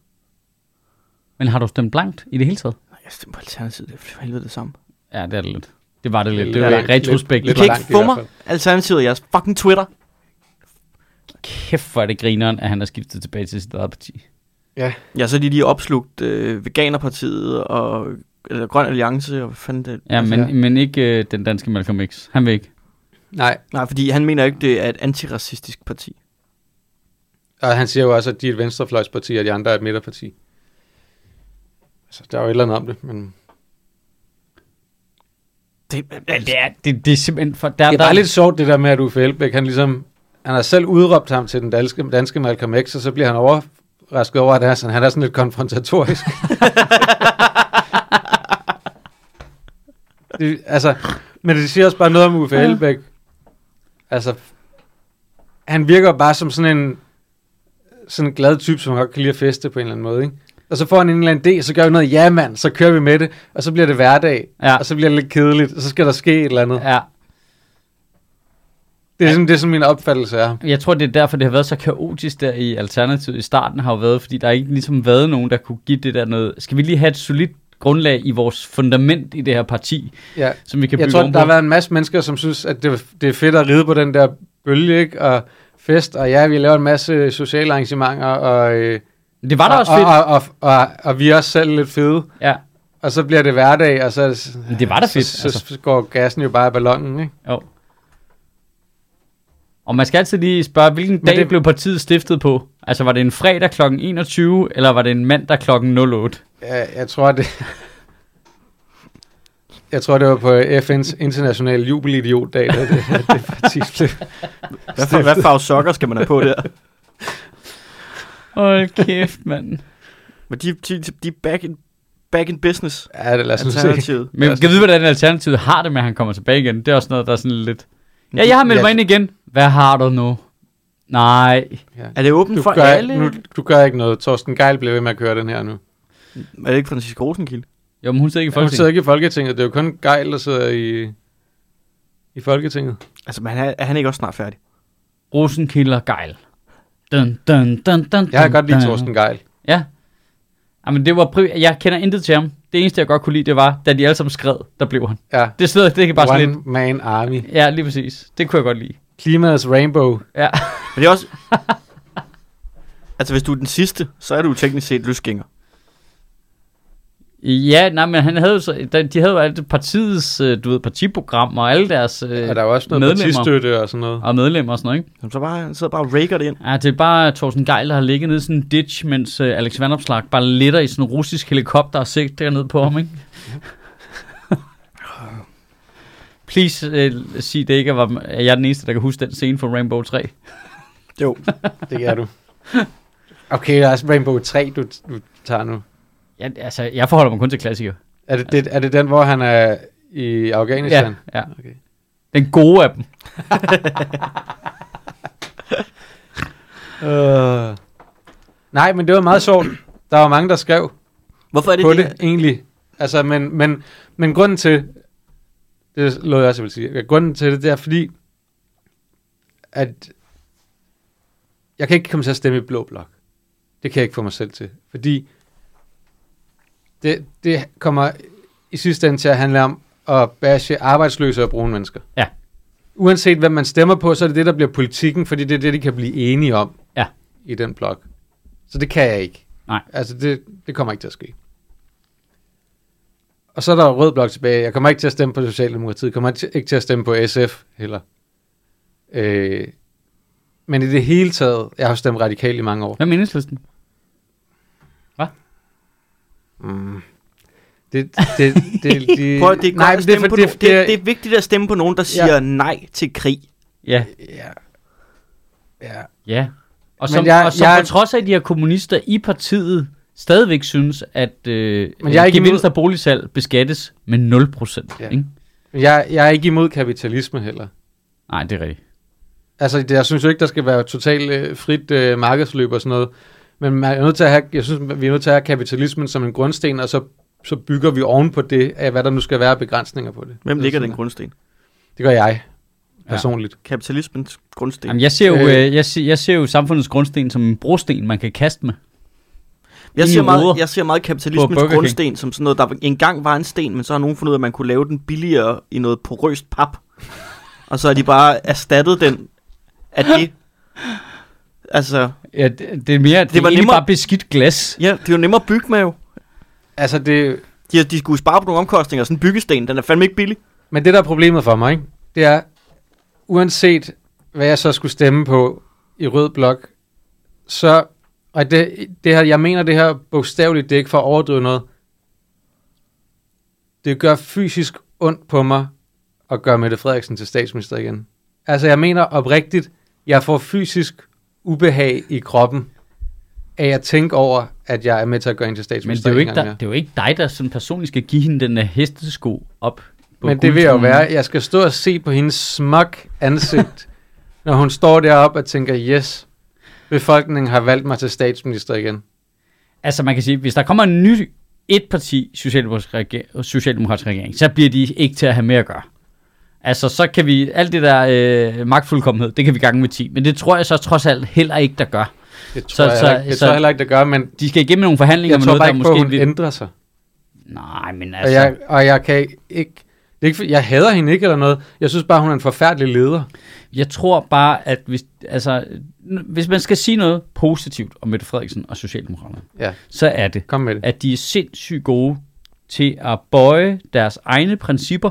A: Men har du stemt blankt i det hele taget?
B: Nej, jeg stemte på Alternativet. Det er for helvede det samme.
A: Ja, det er det lidt. Det var det lidt.
C: Lidt
A: Det var
C: langt.
A: retrospekt.
B: I
C: Lidt
B: kan
C: langt
B: ikke
C: i
B: få
C: hvert
B: mig. Alternativet er jeres fucking Twitter.
A: Kæft, hvor er det grineren, at han har skiftet tilbage til sit eget parti.
B: Ja, så er de lige opslugt øh, Veganerpartiet og eller Grøn Alliance og hvad fanden det
A: Ja,
B: altså,
A: men,
C: ja.
A: men ikke øh, den danske Malcolm X. Han vil ikke.
C: Nej,
B: Nej, fordi han mener ikke, det er et antiracistisk parti.
C: og han siger jo også, at de er et venstrefløjsparti, og de andre er et midterparti. Altså, der er jo et eller andet om det, men...
B: Det,
A: Ja, det, er, det, det er simpelthen for... Der,
C: Det er
A: der,
C: bare lidt sjovt, det der med, at Uffe Elbæk, han ligesom... Han har selv udråbt ham til den danske, danske Malcolm X, og så bliver han overrasket over, at han er sådan, han er sådan lidt konfrontatorisk. det, altså, men det siger også bare noget om Uffe
A: Ja.
C: Elbæk. Altså, han virker bare som sådan en sådan en glad type, som godt kan lide at feste på en eller anden måde, ikke? Og så får han en eller anden idé, så gør vi noget, ja mand, så kører vi med det, og så bliver det hverdag,
A: Ja.
C: og så bliver det lidt kedeligt, og så skal der ske et eller andet.
A: Ja,
C: Det er, sådan, det er sådan, min opfattelse er.
A: jeg tror, det er derfor, det har været så kaotisk der i Alternativet i starten, har jo været, fordi der ikke ligesom været nogen, der kunne give det der noget... Skal vi lige have et solidt grundlag i vores fundament i det her parti,
C: Ja.
A: som vi kan
C: Jeg
A: bygge
C: tror,
A: ovenpå?
C: der har været en masse mennesker, som synes, at det, det er fedt at ride på den der bølge, ikke? Og fest, og ja, vi laver en masse sociale arrangementer, og, øh,
A: Det var da
C: og,
A: også fedt.
C: Og, og, og, og, og vi er også selv lidt fede.
A: Ja.
C: Og så bliver det hverdag, og så, er det s-
A: Men det var da fedt,
C: så, så,
A: altså.
C: så går gassen jo bare i ballonen, ikke?
A: Jo. Og man skal altid lige spørge, hvilken
C: Men
A: dag det...
C: det-
A: blev partiet stiftet på? Altså, var det en fredag kl. 21, eller var det en mandag kl. 08?
C: Jeg, jeg tror, det... Jeg tror, det var på FN's internationale jubelidiotdag, da det, at det parti blev
B: hvad, for, hvad farve sokker skal man have på der?
A: Hold kæft, mand.
B: Men de, de, de er back in, back in business.
C: Ja, det lad os nu se.
B: Alternativet.
A: Men kan vide, hvordan Alternativet har det med, at han kommer tilbage igen? Det er også noget, der er sådan lidt... Ja, jeg har meldt mig ind igen. Hvad har du nu? Nej.
C: Ja.
B: Er det åbent
C: Du
B: for
C: gør,
B: alle?
C: nu, du gør ikke noget. Torsten Geil bliver ved med at køre den her nu.
B: Er det ikke Francisco Rosenkilde?
A: Jo, men hun sidder ikke i
C: Hun
A: Folketinget.
C: sidder ikke i Folketinget. Det er jo kun Geil, der sidder i, i Folketinget.
B: Altså, men han er, er han ikke også snart færdig?
A: Rosenkilde og Geil. Dun, dun, dun, dun,
C: Jeg kan
A: dun,
C: godt lide
A: dun.
C: Torsten Geil.
A: Ja. Jamen, det var pri- jeg kender intet til ham. Det eneste, jeg godt kunne lide, det var, da de alle sammen skred, der blev han.
C: Ja.
A: Det, sidder, det kan bare sådan lidt...
C: One Man Army.
A: Ja, lige præcis. Det kunne jeg godt lide.
C: Klimaets Rainbow.
A: Ja.
B: Men det er også... altså, hvis du er den sidste, så er du jo teknisk set løsgænger.
A: Ja, nej, men han havde jo så, da- de havde jo alt partiets, øh, du ved, partiprogram og alle deres øh,
C: Og der er jo også noget
A: medlemmer.
C: partistøtte og sådan noget.
A: og medlemmer og sådan noget, ikke?
B: Jamen, så bare, han sidder bare og raker det ind.
A: Ja, det er bare Thorsten Geil, der har ligget nede i sådan en ditch, mens øh, Alex Vandopslag bare letter i sådan en russisk helikopter og sigter ned på ham, ikke? Please øh, sig det ikke, at var- at jeg er den eneste, der kan huske den scene fra Rainbow 3.
B: Jo.
C: Det er du. Okay, der er også Rainbow 3, du, du tager nu.
A: Ja, altså, jeg forholder mig kun til klassikere.
C: Er det, det, er det den, hvor han er i Afghanistan?
A: Ja,
C: Ja.
A: ja.
C: Okay.
A: Den gode af dem.
C: Uh. Nej, men det var meget sjovt. Der var mange, der skrev.
B: Hvorfor er det,
C: på
B: de-
C: det, egentlig. Altså, men, men, men grunden til, det lå jeg også, jeg vil sige, at grunden til det, det er fordi, at jeg kan ikke komme til at stemme i blå blok. Det kan jeg ikke få mig selv til. Fordi det, det kommer i sidste ende til at handle om at bashe arbejdsløse og brune mennesker.
A: Ja.
C: Uanset hvem man stemmer på, så er det det, der bliver politikken, fordi det er det, de kan blive enige om
A: Ja.
C: i den blok. Så det kan jeg ikke.
A: Nej.
C: Altså, det, det kommer ikke til at ske. Og så er der jo rød blok tilbage. Jeg kommer ikke til at stemme på Socialdemokratiet. Jeg kommer ikke til- ikke til at stemme på SF heller. Øh, men i det hele taget, jeg har jo stemt radikal i mange år.
A: Hvad er enhedslisten?
C: Det, det, det, det,
B: Prøv, at- det, er nej,
C: nej, men
B: det,
C: for-
B: det, det, det, det er vigtigt at stemme på nogen, der siger ja. nej til krig.
A: Ja,
C: Ja. ja.
A: ja. Og
C: Men
A: som,
C: jeg-
A: og som
C: jeg-
A: på trods af, at de her kommunister i partiet stadigvæk synes, at øh,
C: Men jeg er ikke imod-
A: gevinst af boligsalg beskattes med 0%.
C: Ja.
A: Ja. Ikke?
C: Jeg, jeg er ikke imod kapitalisme heller.
A: Nej, det er rigtigt.
C: Altså, det, jeg synes jo ikke, der skal være totalt øh, frit øh, markedsløb og sådan noget. Men man er nødt til at have, jeg synes, vi er nødt til at have kapitalismen som en grundsten, og så, så bygger vi oven på det, af hvad der nu skal være af begrænsninger på det.
B: Hvem
C: Det er
B: ligger
C: sådan,
B: den grundsten?
C: Det gør jeg,
A: Ja.
C: personligt.
B: Kapitalismens grundsten.
A: Jamen, jeg ser, jo,
C: Øh.
A: øh, jeg, ser, jeg ser jo samfundets grundsten som en brosten, man kan kaste med.
B: Jeg
A: Ingen
B: ser,
A: ruder
B: meget, jeg ser meget
A: på
B: kapitalismens
A: Burger King.
B: grundsten som sådan noget, der engang var en sten, men så har nogen fundet ud af, at man kunne lave den billigere i noget porøst pap. og så har de bare erstattet den af det. Altså,
A: Ja, det, det er mere, det, det
B: var
A: var egentlig
B: nemmere-
A: bare beskidt glas.
B: ja, det er jo nemmere at bygge med jo.
C: Altså, det,
B: De, har- de skulle spare på nogle omkostninger, sådan en byggesten, den er fandme ikke billig.
C: Men det, der er problemet for mig, ikke? det er, uanset hvad jeg så skulle stemme på i rød blok, så, og det, det her, jeg mener det her bogstaveligt, det er ikke for at overdrive noget, det gør fysisk ondt på mig at gøre Mette Frederiksen til statsminister igen. Altså, jeg mener oprigtigt, jeg får fysisk ubehag i kroppen af at tænke over, at jeg er med til at gøre hende til
A: Men det
C: statsminister.
A: er, jo
C: en
A: ikke,
C: gang
A: der,
C: mere.
A: det er jo ikke dig, der sådan personligt skal give hende den der hestesko op. på
C: Men det vil jeg jo
A: guldtronen.
C: være. Jeg skal stå og se på hendes smuk ansigt, når hun står deroppe og tænker, yes, befolkningen har valgt mig til statsminister igen.
A: Altså man kan sige, hvis der kommer en ny et parti socialdemokratisk, reger- socialdemokratisk regering, så bliver de ikke til at have med at gøre. Altså så kan vi, alt det der øh, magtfuldkommenhed, det kan vi gange med 10, men det tror jeg så trods alt heller ikke, der gør.
C: Det tror,
A: Så- så-
C: så, jeg, heller ikke, det
A: så-
C: tror jeg heller ikke, det gør, men
A: De skal igennem nogle forhandlinger
C: jeg
A: med
C: tror
A: noget,
C: bare
A: der
C: ikke på,
A: måske...
C: at hun
A: vil-
C: ændrer sig.
A: Nej, men
C: Og
A: altså...
C: jeg, og jeg kan ikke... Det er ikke, for- jeg hader hende ikke eller noget. Jeg synes bare, hun er en forfærdelig leder.
A: Jeg tror bare, at hvis, altså, n- hvis man skal sige noget positivt om Mette Frederiksen og Socialdemokraterne,
C: Ja.
A: så er det,
C: Kom med det.
A: at de er sindssygt gode til at bøje deres egne principper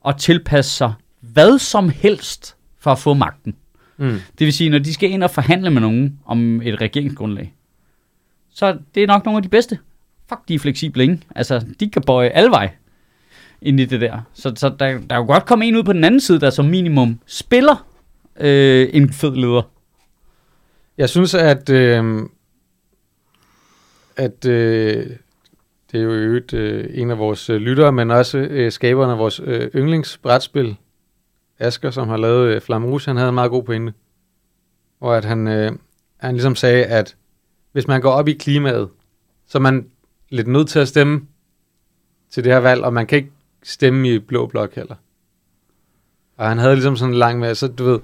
A: og tilpasse sig hvad som helst for at få magten.
C: Mm.
A: Det vil sige, når de skal ind og forhandle med nogen om et regeringsgrundlag, så det er nok nogle af de bedste. Fuck, de er fleksible, ikke? Altså, de kan bøje alle vej ind i det der. Så, så der, der er jo godt komme en ud på den anden side, der som minimum spiller øh, en fed leder.
C: Jeg synes, at... Øh, at øh, det er jo i øvrigt øh, en af vores øh, lyttere, men også øh, skaberen af vores øh, yndlingsbrætspil, Asger, som har lavet øh, Flamme Rouge, han havde en meget god pointe. Og at han, øh, han ligesom sagde, at hvis man går op i klimaet, så er man lidt nødt til at stemme til det her valg, og man kan ikke stemme i blå blok heller. Og han havde ligesom sådan en lang med, så du ved,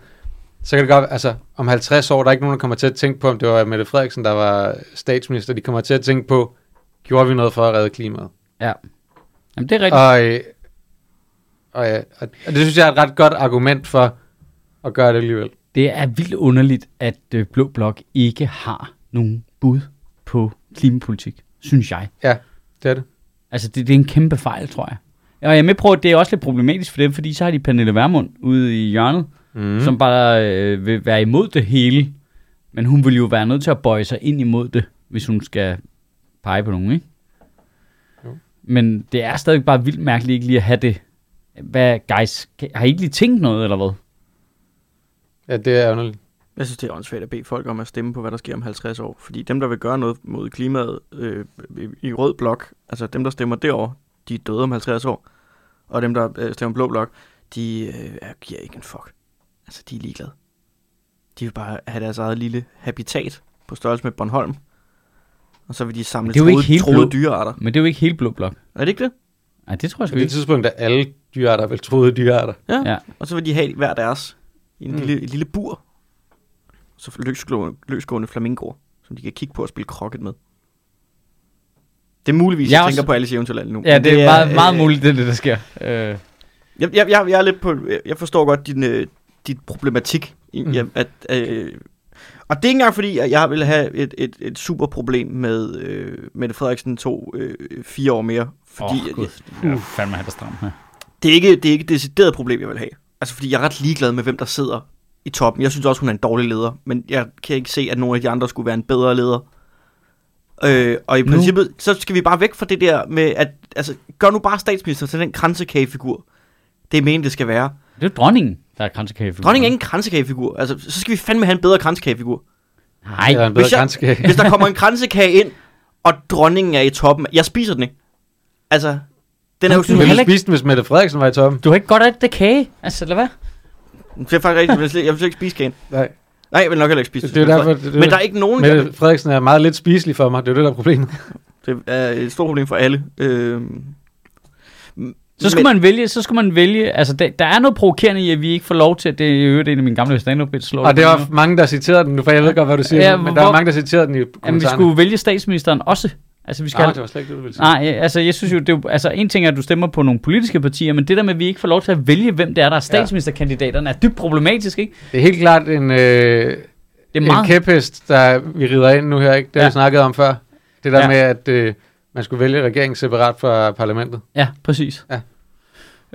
C: så kan det godt, altså om 50 år, der er ikke nogen, der kommer til at tænke på, om det var Mette Frederiksen, der var statsminister. De kommer til at tænke på, gjorde vi noget for at redde klimaet?
A: Ja. Jamen, det er rigtigt.
C: Og, øh, og, ja, og, og det synes jeg er et ret godt argument for at gøre det alligevel.
A: Det er vildt underligt, at øh, Blå Blok ikke har nogen bud på klimapolitik, synes jeg.
C: Ja, det er det.
A: Altså, det, det er en kæmpe fejl, tror jeg. Og jeg er med på, at det er også lidt problematisk for dem, fordi så har de Pernille Vermund ude i hjørnet, mm. som bare øh, vil være imod det hele. Men hun vil jo være nødt til at bøje sig ind imod det, hvis hun skal pege på nogen, ikke?
C: Jo.
A: Men det er stadig bare vildt mærkeligt ikke lige at have det. Hvad, guys, kan- har I ikke lige tænkt noget, eller hvad?
C: Ja, det er underligt.
B: Jeg synes, det er åndssvagt at bede folk om at stemme på, hvad der sker om 50 år. Fordi dem, der vil gøre noget mod klimaet øh, i, i rød blok, altså dem, der stemmer derovre, de er døde om 50 år. Og dem, der øh, stemmer blå blok, de øh, er- giver ikke en fuck. Altså, de er ligeglade. De vil bare have deres eget lille habitat på størrelse med Bornholm. Og så vil de samle
A: Det er jo ikke
B: troede,
A: helt
B: troede
A: blå.
B: dyrearter.
A: Men det er jo ikke helt Blå Blok.
B: Er det ikke det?
A: Nej, det tror jeg
C: På
A: sgu ikke.
C: det tidspunkt er alle dyrearter vel troede dyrearter.
A: Ja.
B: Og så vil de have hver deres i en
C: Mm.
B: mm. lille, et lille bur. Så løsgående, løsgående flamingoer, som de kan kigge på og spille krokket med. Det er muligvis,
A: Jeg
B: jeg,
A: er
B: jeg tænker
A: også-
B: på Alice i Eventyrland nu.
A: Ja,
B: men
A: det, er meget,
B: øh,
A: meget muligt, det er det, der sker. Øh.
B: Jeg, jeg, jeg, jeg, er lidt på, jeg forstår godt din, øh, dit problematik. I,
C: Mm.
B: mm. jeg, at, øh, og det er ikke engang fordi, at jeg vil have et, et, et super problem med øh, Mette Frederiksen to øh, fire år mere. Fordi
A: Åh,
B: at-
A: gud. Jeg er fandme have det stramt her.
B: det er ikke det er ikke et decideret problem, jeg vil have. Altså, fordi jeg er ret ligeglad med, hvem der sidder i toppen. Jeg synes også, hun er en dårlig leder, men jeg kan ikke se, at nogen af de andre skulle være en bedre leder. Øh, og i
A: Nu-
B: princippet, så skal vi bare væk fra det der med, at altså, gør nu bare statsminister til den kransekagefigur. Det er meningen, det skal være.
A: Det er jo dronningen, der er kransekagefigur.
B: Dronningen er ikke en kransekagefigur. Altså, så skal vi fandme have en bedre kransekagefigur.
A: Nej,
C: Eller en bedre
B: hvis jeg-
C: grænsekage.
B: Hvis der kommer en kransekage ind, og dronningen er i toppen. Jeg spiser den ikke. Altså, den er jo
A: Du
C: Du
A: kan
C: ville
A: heller ikke-
C: spise den, hvis Mette Frederiksen var i toppen.
A: Du har ikke godt af det kage, altså eller hvad?
B: Det er faktisk rigtigt. Jeg vil slet, jeg vil slet ikke spise kagen.
C: Nej,
B: Nej, jeg vil nok heller ikke spise
C: det er jo derfor... Det,
B: Men der er ikke nogen...
C: Mette Frederiksen er meget lidt spiselig for mig. Det er jo det, der er problemet.
B: Det er et stort problem for alle. Øhm,
A: Så skulle man vælge, så skulle man vælge, altså det, der er noget provokerende i, at vi ikke får lov til, at det er i øvrigt en af mine gamle stand up
C: Og Ah, det var mange, der citerede den nu, for jeg ved godt, hvad du siger.
A: Ja,
C: Ja, men
A: hvor-
C: der var mange, der citerede den i kommentarerne.
A: Jamen, vi skulle vælge statsministeren også. Altså, vi skal...
C: Nej, Ah, det var slet ikke det, du ville sige.
A: Nej, øh, altså jeg synes jo, det er jo, altså en ting er, at du stemmer på nogle politiske partier, men det der med, at vi ikke får lov til at vælge, hvem det er, der er statsministerkandidaterne, er dybt problematisk, ikke?
C: Det er helt klart en, øh,
A: Det er
C: en
A: meget...
C: kæphest, der vi rider ind nu her, ikke? Det har
A: Ja.
C: ja. vi snakket om før. Det der
A: Ja.
C: ja. med, at øh, man skulle vælge regeringen separat fra parlamentet.
A: Ja, præcis.
C: Ja.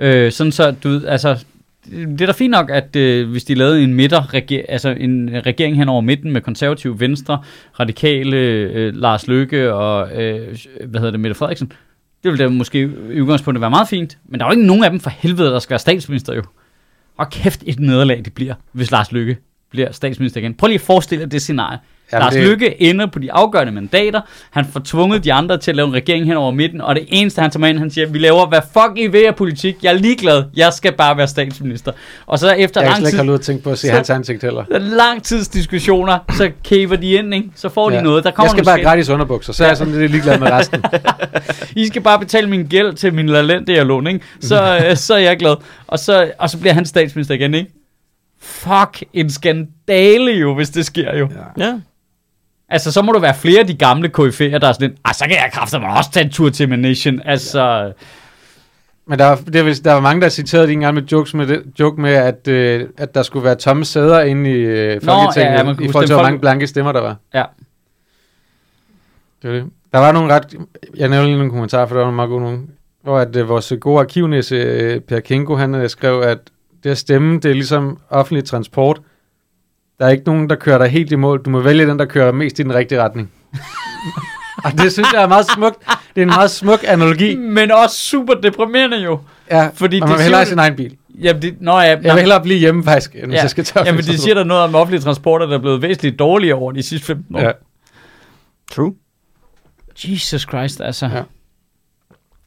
A: Øh, sådan så, du ved, altså, det er da fint nok, at øh, hvis de lavede en midterregering, altså en regering hen over midten med konservative venstre, radikale, øh, Lars Løkke og, øh, hvad hedder det, Mette Frederiksen, det ville da måske i udgangspunktet være meget fint, men der er jo ikke nogen af dem for helvede, der skal være statsminister jo. Og kæft et nederlag det bliver, hvis Lars Løkke bliver statsminister igen. Prøv lige at forestille dig det scenarie. Jamen,
C: Jamen,
A: Lars det...
C: det-
A: Lykke ender på de afgørende mandater. Han får tvunget de andre til at lave en regering hen over midten, og det eneste, han tager med ind, han siger, vi laver, hvad fuck I ved af politik, jeg er ligeglad, jeg skal bare være statsminister. Og så efter
C: Jeg kan
A: lang,
C: slet ikke
A: tid,
C: holde ud at tænke på at se
A: Så-
C: hans ansigt heller.
A: lang tids diskussioner, så kæver de ind, ikke? så får de
C: Ja.
A: noget. Der kommer
C: jeg skal
A: nogle
C: bare have
A: skat-
C: gratis underbukser, så er jeg sådan lidt ligeglad med resten.
A: I skal bare betale min gæld til min lalente, jeg lån, ikke? Så, øh, så er jeg glad. Og så, og så bliver han statsminister igen, ikke? Fuck, en skandale jo, hvis det sker jo.
C: Ja.
B: ja.
A: Altså, så må du være flere af de gamle KF'er, der er sådan lidt, "Ah, så kan jeg kræfte mig også tage en tur til Manation. Altså, ja.
C: Men der var, det var, der var mange, der citerede din gang med jokes med det, joke med, at, øh, at der skulle være tomme sæder inde i
A: Nå,
C: øh,
A: ja, ja, man
C: Folketinget,
A: kunne
C: i forhold
A: stemme
C: til, hvor
A: folk-
C: mange blanke stemmer der var.
A: Ja.
C: Det var det. Der var nogle ret... Jeg nævner lige nogle kommentarer, for der var nogle meget gode nogle. Hvor at, øh, vores gode arkivnæse, øh, Per Kinko, han øh, skrev, at det at stemme, det er ligesom offentlig transport. Der er ikke nogen, der kører dig helt i mål. Du må vælge den, der kører mest i den rigtige retning. og det synes jeg er meget smukt. Det er en meget smuk analogi.
A: men også super deprimerende jo.
C: Ja,
A: Mm. Fordi
C: fordi
A: det
C: man vil
A: siger
C: hellere have
A: du-
C: sin egen bil.
A: Jamen, det, nå, ja,
C: Jeg vil hellere blive hjemme faktisk, end hvis
A: Ja.
C: jeg skal tage
A: jamen, de siger der noget om offentlige transporter, der er blevet væsentligt dårligere over de sidste 15 år.
C: Ja.
A: Ja.
B: True.
A: Jesus Christ, altså. Ja.
C: Ja.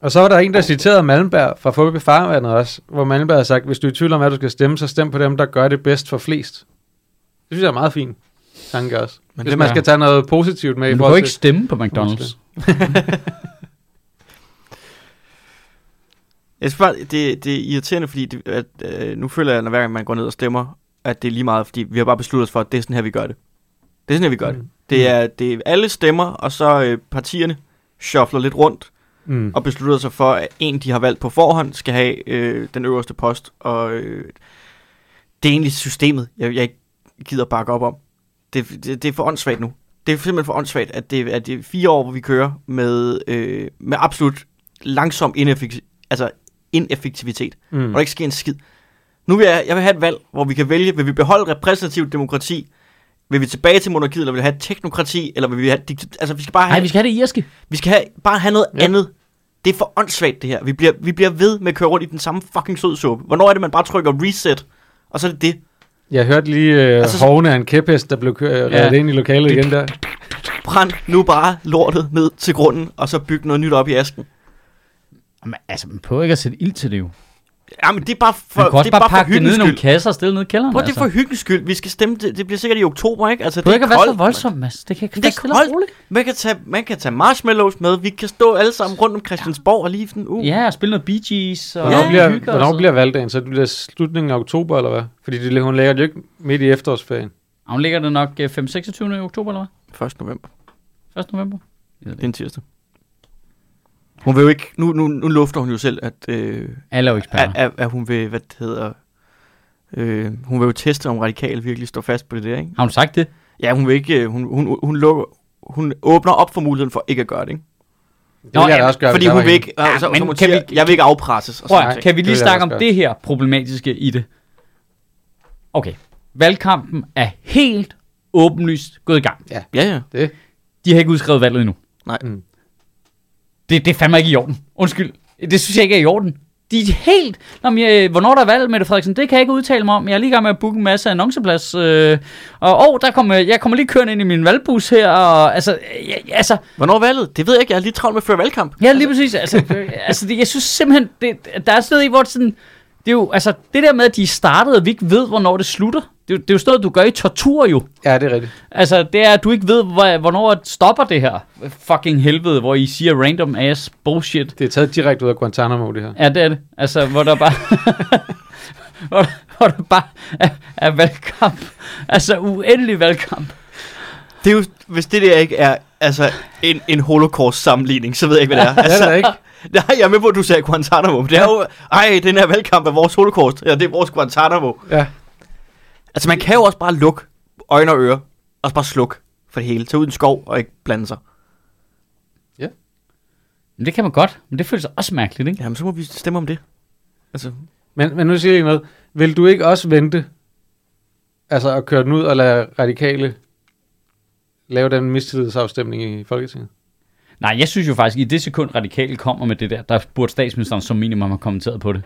C: Og så var der en, der citerede Malmberg fra Forbi Farvandet også, hvor Malmberg har sagt, hvis du er i tvivl om, hvad du skal stemme, så stem på dem, der gør det bedst for flest. Det synes jeg er meget fint tanke også. Men
B: Men
C: hvis
B: det
C: man
B: er-
C: skal tage noget positivt med i
A: Men du kan jo
C: forhold
A: ikke
C: til...
A: stemme på McDonald's.
B: Jeg synes bare, det, det er irriterende, fordi det, at, øh, nu føler jeg, når hver gang man går ned og stemmer, at det er lige meget, fordi vi har bare besluttet os for, at det er sådan her, vi gør det. Det er sådan her, vi gør
C: Mm.
B: det. Det er, det er alle stemmer, og så øh, partierne shuffler lidt rundt,
C: Mm.
B: og beslutter sig for, at en, de har valgt på forhånd, skal have øh, den øverste post. Og øh, det er egentlig systemet, jeg, jeg ikke gider bakke op om. Det, det, det er for åndssvagt nu. Det er simpelthen for åndssvagt, at det, at det er fire år, hvor vi kører med, øh, med absolut langsom ineffek- altså ineffektivitet. Mm.
C: Mm.
B: Og der ikke sker en skid. Nu vil jeg, jeg vil have et valg, hvor vi kan vælge, vil vi beholde repræsentativt demokrati, vil vi tilbage til monarkiet, eller vil vi have teknokrati, eller vil vi have diktat... Altså, vi skal bare have...
A: Nej, vi skal have det irske.
B: Vi skal have, bare have noget ja.
C: Ja.
B: andet. Det er for åndssvagt, det her. Vi bliver, vi bliver ved med at køre rundt i den samme fucking sødsuppe. Hvornår er det, man bare trykker reset, og så er det det.
C: Jeg hørte lige øh,
B: Altså,
C: altså,
B: så-
C: hovene af en kæphest, der blev kø- øh, reddet ind i lokalet igen der.
B: Brænd nu bare lortet ned til grunden, og så byg noget nyt op i asken.
A: Jamen, altså, man prøver ikke at sætte ild til det jo.
B: Jamen, det er bare for,
A: For, man kan
B: det
A: også
B: er
A: bare
B: bare for
A: pakke det ned
B: hyggens
A: i nogle
B: skyld.
A: kasser og stille ned i kælderen.
B: Prøv, det
A: altså.
B: er for hyggens skyld. Vi skal stemme, det, det bliver sikkert i oktober, ikke? Altså,
A: Du ikke at være så
B: koldt,
A: voldsom, Mads. Det kan jeg
B: Det er
A: godt stille og
B: koldt.
A: roligt.
B: mand. Man kan, tage, man kan tage marshmallows med. Vi kan stå alle sammen rundt om Christiansborg og lige sådan, uh.
A: Ja, og spille noget Bee Gees. Og
C: Hvornår,
A: hygge
C: bliver,
A: og sådan
C: hvornår
B: altså.
A: noget.
C: bliver valgdagen? Så det bliver slutningen af oktober, eller hvad? Fordi det, hun lægger det jo ikke midt i efterårsferien.
A: Ah, Hun ligger det nok 5-26. oktober, eller
B: 1. november.
A: hvad? 1. november?
B: Det er en tirsdag. Hun vil jo ikke... Nu, nu, nu lufter hun jo selv, at... Øh,
A: Alle er jo
B: at,
A: eksperter.
B: at, at hun vil, hvad det hedder, øh, hun vil jo teste, om radikale virkelig står fast på det der, ikke?
A: Har hun sagt det?
B: Ja, hun vil ikke, øh, hun, hun, hun lukker, hun åbner op for muligheden for ikke at gøre det, ikke?
C: Det
A: Nå,
C: Nå, vil jeg
A: ja,
C: da også gøre.
B: Fordi
C: hvis jeg
B: hun
C: var
B: vil
C: hende.
B: ikke, ja, så,
A: men
B: så må
A: kan
B: kan vi, jeg vil ikke afpresses. Og
A: Prøv
B: sådan
A: at,
B: noget.
C: nej,
A: kan vi
C: det
A: lige
C: vil jeg
A: snakke om
C: også
A: det her problematiske i det? Okay. Valgkampen er helt åbenlyst gået i gang.
B: Ja, ja.
C: Det.
A: De har ikke udskrevet valget endnu.
B: Nej.
C: Mm.
A: Det, det er fandme ikke i orden. Undskyld. Det synes jeg ikke er i orden. de er helt... Nå, men, jeg, hvornår der er valg, Mette Frederiksen, det kan jeg ikke udtale mig om. Jeg er lige i gang med at booke en masse annonceplads. Øh, og åh, der kommer, jeg kommer lige kørende ind i min valgbus her. Og, altså, jeg, altså,
B: Hvornår er valget? Det ved jeg ikke. Jeg er lige travlt med før valgkamp.
A: Ja, lige præcis. Altså, øh, altså det, jeg synes simpelthen, det, der er sådan noget i, hvor det sådan, det er jo, altså, det der med, at de er startet, og vi ikke ved, hvornår det slutter, det, er jo- det er jo sådan noget, du gør i tortur jo.
C: Ja, det er rigtigt.
A: Altså, det er, at du ikke ved, hvor- hvornår stopper det her fucking helvede, hvor I siger random ass bullshit.
C: Det er taget direkte ud af Guantanamo, det her.
A: Ja, det er det. Altså, hvor der bare... hvor, der, hvor der bare er, er valgkamp. Altså, uendelig valgkamp.
B: Det er jo, hvis det der ikke er altså, en, en holocaust-sammenligning, så ved jeg ikke, hvad det er.
C: det er
B: Altså,
C: der ikke.
B: Nej, jeg er med på, at du sagde Guantanamo. men Det er jo, ej, den her valgkamp er vores holocaust. Ja, det er vores Guantanamo.
C: Ja.
B: Altså, man kan jo også bare lukke øjne og ører, og så bare slukke for det hele. Tag ud i en skov og ikke blande sig.
A: Men det kan man godt, men det føles også mærkeligt, ikke?
B: Jamen, så må vi stemme om det. Altså,
C: Men, men nu siger jeg ikke noget. Vil du ikke også vente, altså at køre den ud og lade radikale lave den mistillidsafstemning i Folketinget?
A: Nej, jeg synes jo faktisk, i det sekund radikale kommer med det der, der burde statsministeren som minimum have kommenteret på det.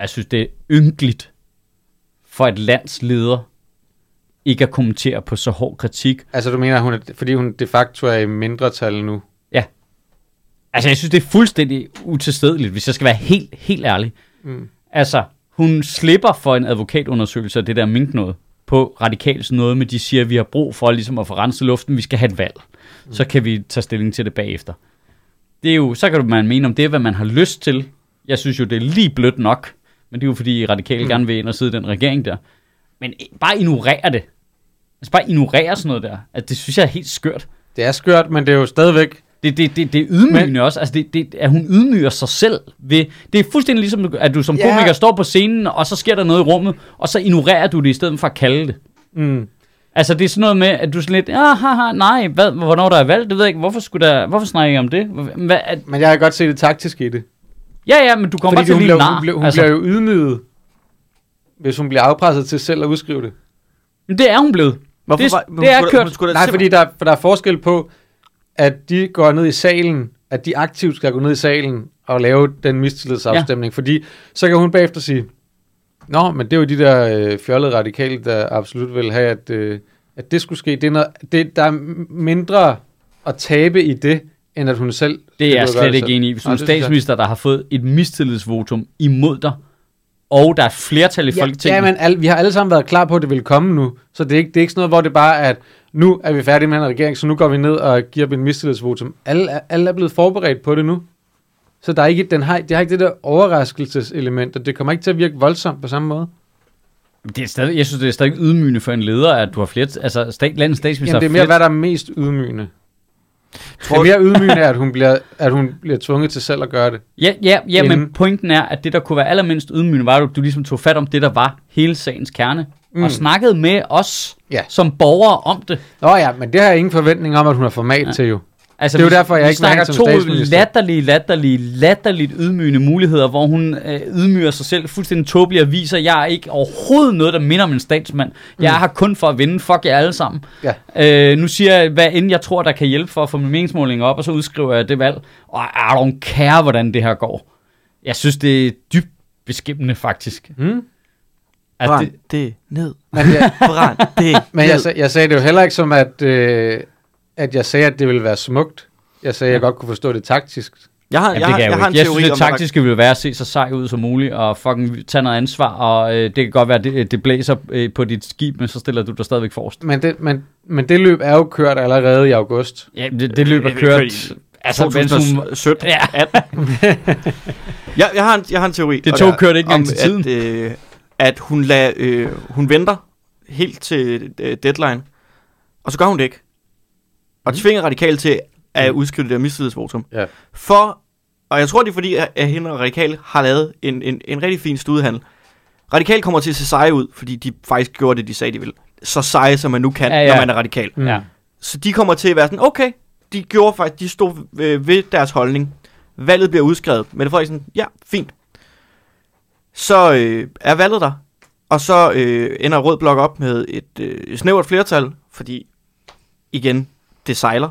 A: Jeg synes, det er ynkeligt for et lands leder ikke at kommentere på så hård kritik.
C: Altså du mener, hun er, fordi hun de facto er i mindretal nu?
A: Altså, jeg synes, det er fuldstændig utilstedeligt, hvis jeg skal være helt, helt ærlig.
C: Mm.
A: Altså, hun slipper for en advokatundersøgelse af det der mink noget på radikalt noget, men de siger, at vi har brug for ligesom at få renset luften, vi skal have et valg. Så kan vi tage stilling til det bagefter. Det er jo, så kan man mene om det, er, hvad man har lyst til. Jeg synes jo, det er lige blødt nok, men det er jo fordi radikale mm. gerne vil ind og sidde i den regering der. Men i- bare ignorere det. Altså bare ignorere sådan noget der. Altså, det synes jeg er helt skørt.
C: Det er skørt, men det er jo stadigvæk...
A: Det, det, det, det er ydmygende Men, også, altså det, det, at hun ydmyger sig selv. Ved, det er fuldstændig ligesom, at du som
C: Ja.
A: komiker står på scenen, og så sker der noget i rummet, og så ignorerer du det i stedet for at kalde det.
C: Mm.
A: Altså det er sådan noget med, at du er sådan lidt, ah, haha, nej, hvad, hvornår der er valg, det ved jeg ikke, hvorfor, skulle der, hvorfor snakker jeg om det? Hvor- Hvad, at,
C: Men jeg kan godt se det taktisk i det.
A: ja, ja, men du kommer bare
C: Fordi
A: til
C: hun,
A: at blive
C: bliver, hun,
A: nar.
C: bliver, hun altså.
A: altså,
C: bliver jo ydmyget, hvis hun bliver afpresset til selv at udskrive det.
A: Men det er hun blevet.
B: hvorfor
A: Det-
B: var-
A: det
B: hun
A: er
B: skulle da-
A: kørt.
B: hun skulle da
C: Nej,
B: simpel-
C: fordi der, for der er forskel på, at de går ned i salen, at de aktivt skal gå ned i salen og lave den mistillidsafstemning, ja. fordi så kan hun bagefter sige, Nå, men det er jo de der øh, fjollede radikale, der absolut vil have, at, øh, at det skulle ske. Det er noget, det, der er m- mindre at tabe i det, end at hun selv...
A: Det er jeg
C: vil gøre
A: slet ikke
C: selv.
A: enig i. Hvis du
C: altså. Nej,
A: er
C: det synes jeg-
A: statsminister, der har fået et mistillidsvotum imod dig, og der er et flertal i Folketinget.
C: Ja, men al, vi har alle sammen været klar på, at det ville komme nu. Så det er ikke, det er ikke sådan noget, hvor det bare er, at nu er vi færdige med en regering, så nu går vi ned og giver dem en mistillidsvotum. Alle, er- alle er blevet forberedt på det nu. Så der er ikke, den har, det har ikke det der overraskelseselement, og det kommer ikke til at virke voldsomt på samme måde.
A: Det er stadig, jeg synes, det er stadig ydmygende for en leder, at du har flere... Altså, stat, landets statsminister
C: Jamen, det er
A: har flere...
C: mere, hvad der er mest ydmygende.
B: Tror
C: Tror det er mere ydmygende, er, at hun, bliver, at hun bliver tvunget til selv at gøre det.
A: Ja, ja, ja men
C: Inden.
A: pointen er, at det, der kunne være allermindst ydmygende, var, at du, du ligesom tog fat om det, der var hele sagens kerne, mm. og
C: Mm.
A: snakkede med os
C: Ja.
A: som borgere om det.
C: Nå ja, men det har jeg ingen forventning om, at hun har format
A: Ja.
C: ja. til jo.
A: Altså,
C: Det er jo
A: vi-
C: derfor, jeg
A: vi
C: ikke
A: snakker
C: mærker som
A: to
C: statsminister.
A: latterlige, latterlige, latterligt ydmygende muligheder, hvor hun øh, ydmyger sig selv fuldstændig tåbeligt og viser, at jeg er ikke overhovedet noget, der minder om en statsmand. Jeg
C: Mm.
A: er her kun for at vinde. Fuck jer alle sammen.
C: Ja.
A: Øh, nu siger jeg, hvad end jeg tror, der kan hjælpe for at få min meningsmåling op, og så udskriver jeg det valg. Og er don't kære, hvordan det her går. Jeg synes, det er dybt beskæmmende, faktisk.
B: Mm.
C: Hmm?
A: At
B: Brænd
A: det,
B: det, ned.
C: Men jeg,
B: Brænd det
C: Men
B: ned.
C: jeg, sag- jeg sagde det jo heller ikke som, at, øh, at jeg sagde, at det ville være smukt. Jeg sagde, at jeg godt kunne forstå det taktisk.
B: jeg har,
A: Jamen,
B: jeg,
A: det kan
B: har,
A: jeg,
B: jeg,
A: jo
B: har en
A: ikke. Jeg
B: teori
A: synes, det
B: om, at-
A: taktiske vil være at se så sej ud som muligt, og fucking tage noget ansvar, og øh, det kan godt være, det, det blæser øh, på dit skib, men så stiller du dig stadigvæk forrest.
C: Men det, men, men det løb er jo kørt allerede i august.
A: Ja, det, det løber
B: Øh,
A: kørt.
B: kørt
A: Altså, mens hun,
B: 2017,
A: Ja.
B: 18. jeg, jeg, har en, jeg har en teori.
A: Det
B: og
A: tog
B: er
A: kørte ikke
B: om,
A: engang til tiden.
B: At, øh, at hun, lader, øh, hun venter helt til øh, deadline, og så gør hun det ikke. Og
A: Mm.
B: det tvinger radikale til at udskrive det der mistillidsvotum.
C: Ja.
B: For, og jeg tror, det er fordi, at at hende og radikale har lavet en, en, en rigtig fin studehandel. Radikale kommer til at se seje ud, fordi de faktisk gjorde det, de sagde, de ville. Så seje, som man nu kan,
A: Ja, ja.
B: når man er radikal.
C: Mm.
A: ja.
B: Så de kommer til at være sådan, okay, de gjorde faktisk, de stod øh, ved deres holdning. Valget bliver udskrevet. Mette Frederiksen, ja, fint. Så øh, er valget der, og så øh, ender Rød Blok op med et øh, snævert flertal, fordi, igen, det sejler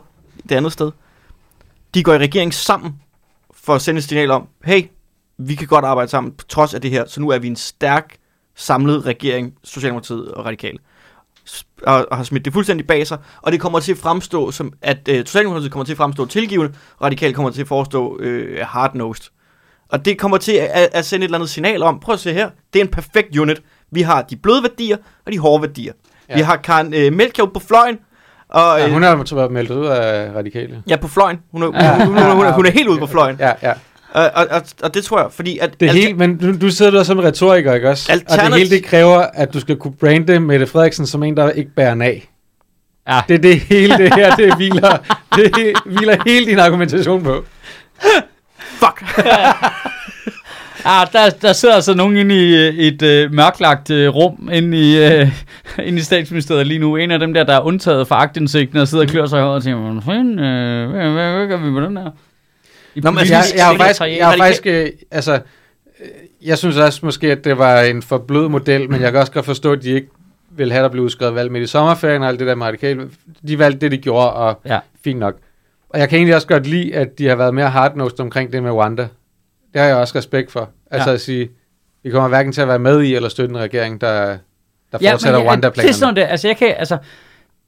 B: det andet sted. De går i regering sammen for at sende et signal om, hey, vi kan godt arbejde sammen på trods af det her, så nu er vi en stærk, samlet regering, Socialdemokratiet og Radikale. S- Og, og har smidt det fuldstændig bag sig, og det kommer til at fremstå som, at øh, Socialdemokratiet kommer til at fremstå tilgivende, og Radikale kommer til at forestå øh, hard-nosed. Og det kommer til at, at sende et eller andet signal om, prøv at se her, det er en perfekt unit. Vi har de bløde værdier og de hårde værdier. Ja.
C: Ja.
B: Vi har Karen øh, Melchior på fløjen, og...
C: Ja,
B: øh,
C: hun er jo bare meldt ud af radikale.
B: Ja, på fløjen. Hun er, hun, hun, hun, hun, er, hun er helt ude på fløjen.
C: Ja, ja.
B: Og, og, og, og det tror jeg, fordi... At,
C: Det
B: alter-
C: hele, men du, du sidder der som retoriker, ikke også? Og
B: Alternativ-
C: det hele, det kræver, at du skal kunne brande Mette Frederiksen som en, der ikke bærer en af.
A: Ja.
C: Det er det hele, det her, det hviler, det he- hviler hele din argumentation på.
B: Fuck!
A: Ah, der, der sidder altså nogen inde i øh, et øh, mørklagt øh, rum inde i, øh, inde i statsministeriet lige nu. En af dem der, der er undtaget fra agtindsigten og sidder og klør sig i håret og tænker, hvordan fanden, øh, hvad, hvad, hvad gør vi med den her? I
B: Nå, men
C: Altså,
B: altså,
A: politisk
C: jeg, jeg, har faktisk,
A: sekretariat.
C: jeg har faktisk, øh, altså, øh, jeg synes også måske, at det var en for blød model, men jeg kan også godt forstå, at de ikke ville have, der blev udskrevet valg midt i sommerferien og alt det der med radikale. De valgte det, de gjorde, og
A: Ja.
C: ja. fint nok. Og jeg kan egentlig også godt lide, at de har været mere hardnosed omkring det med Rwanda. Det har jeg også respekt for. Altså
A: Ja.
C: ja. at sige, vi kommer hverken til at være med i eller støtte en regering, der, der
A: men
C: fortsætter
A: jeg- Det er sådan
C: Rwanda-planerne.
A: det. Altså, jeg kan, altså,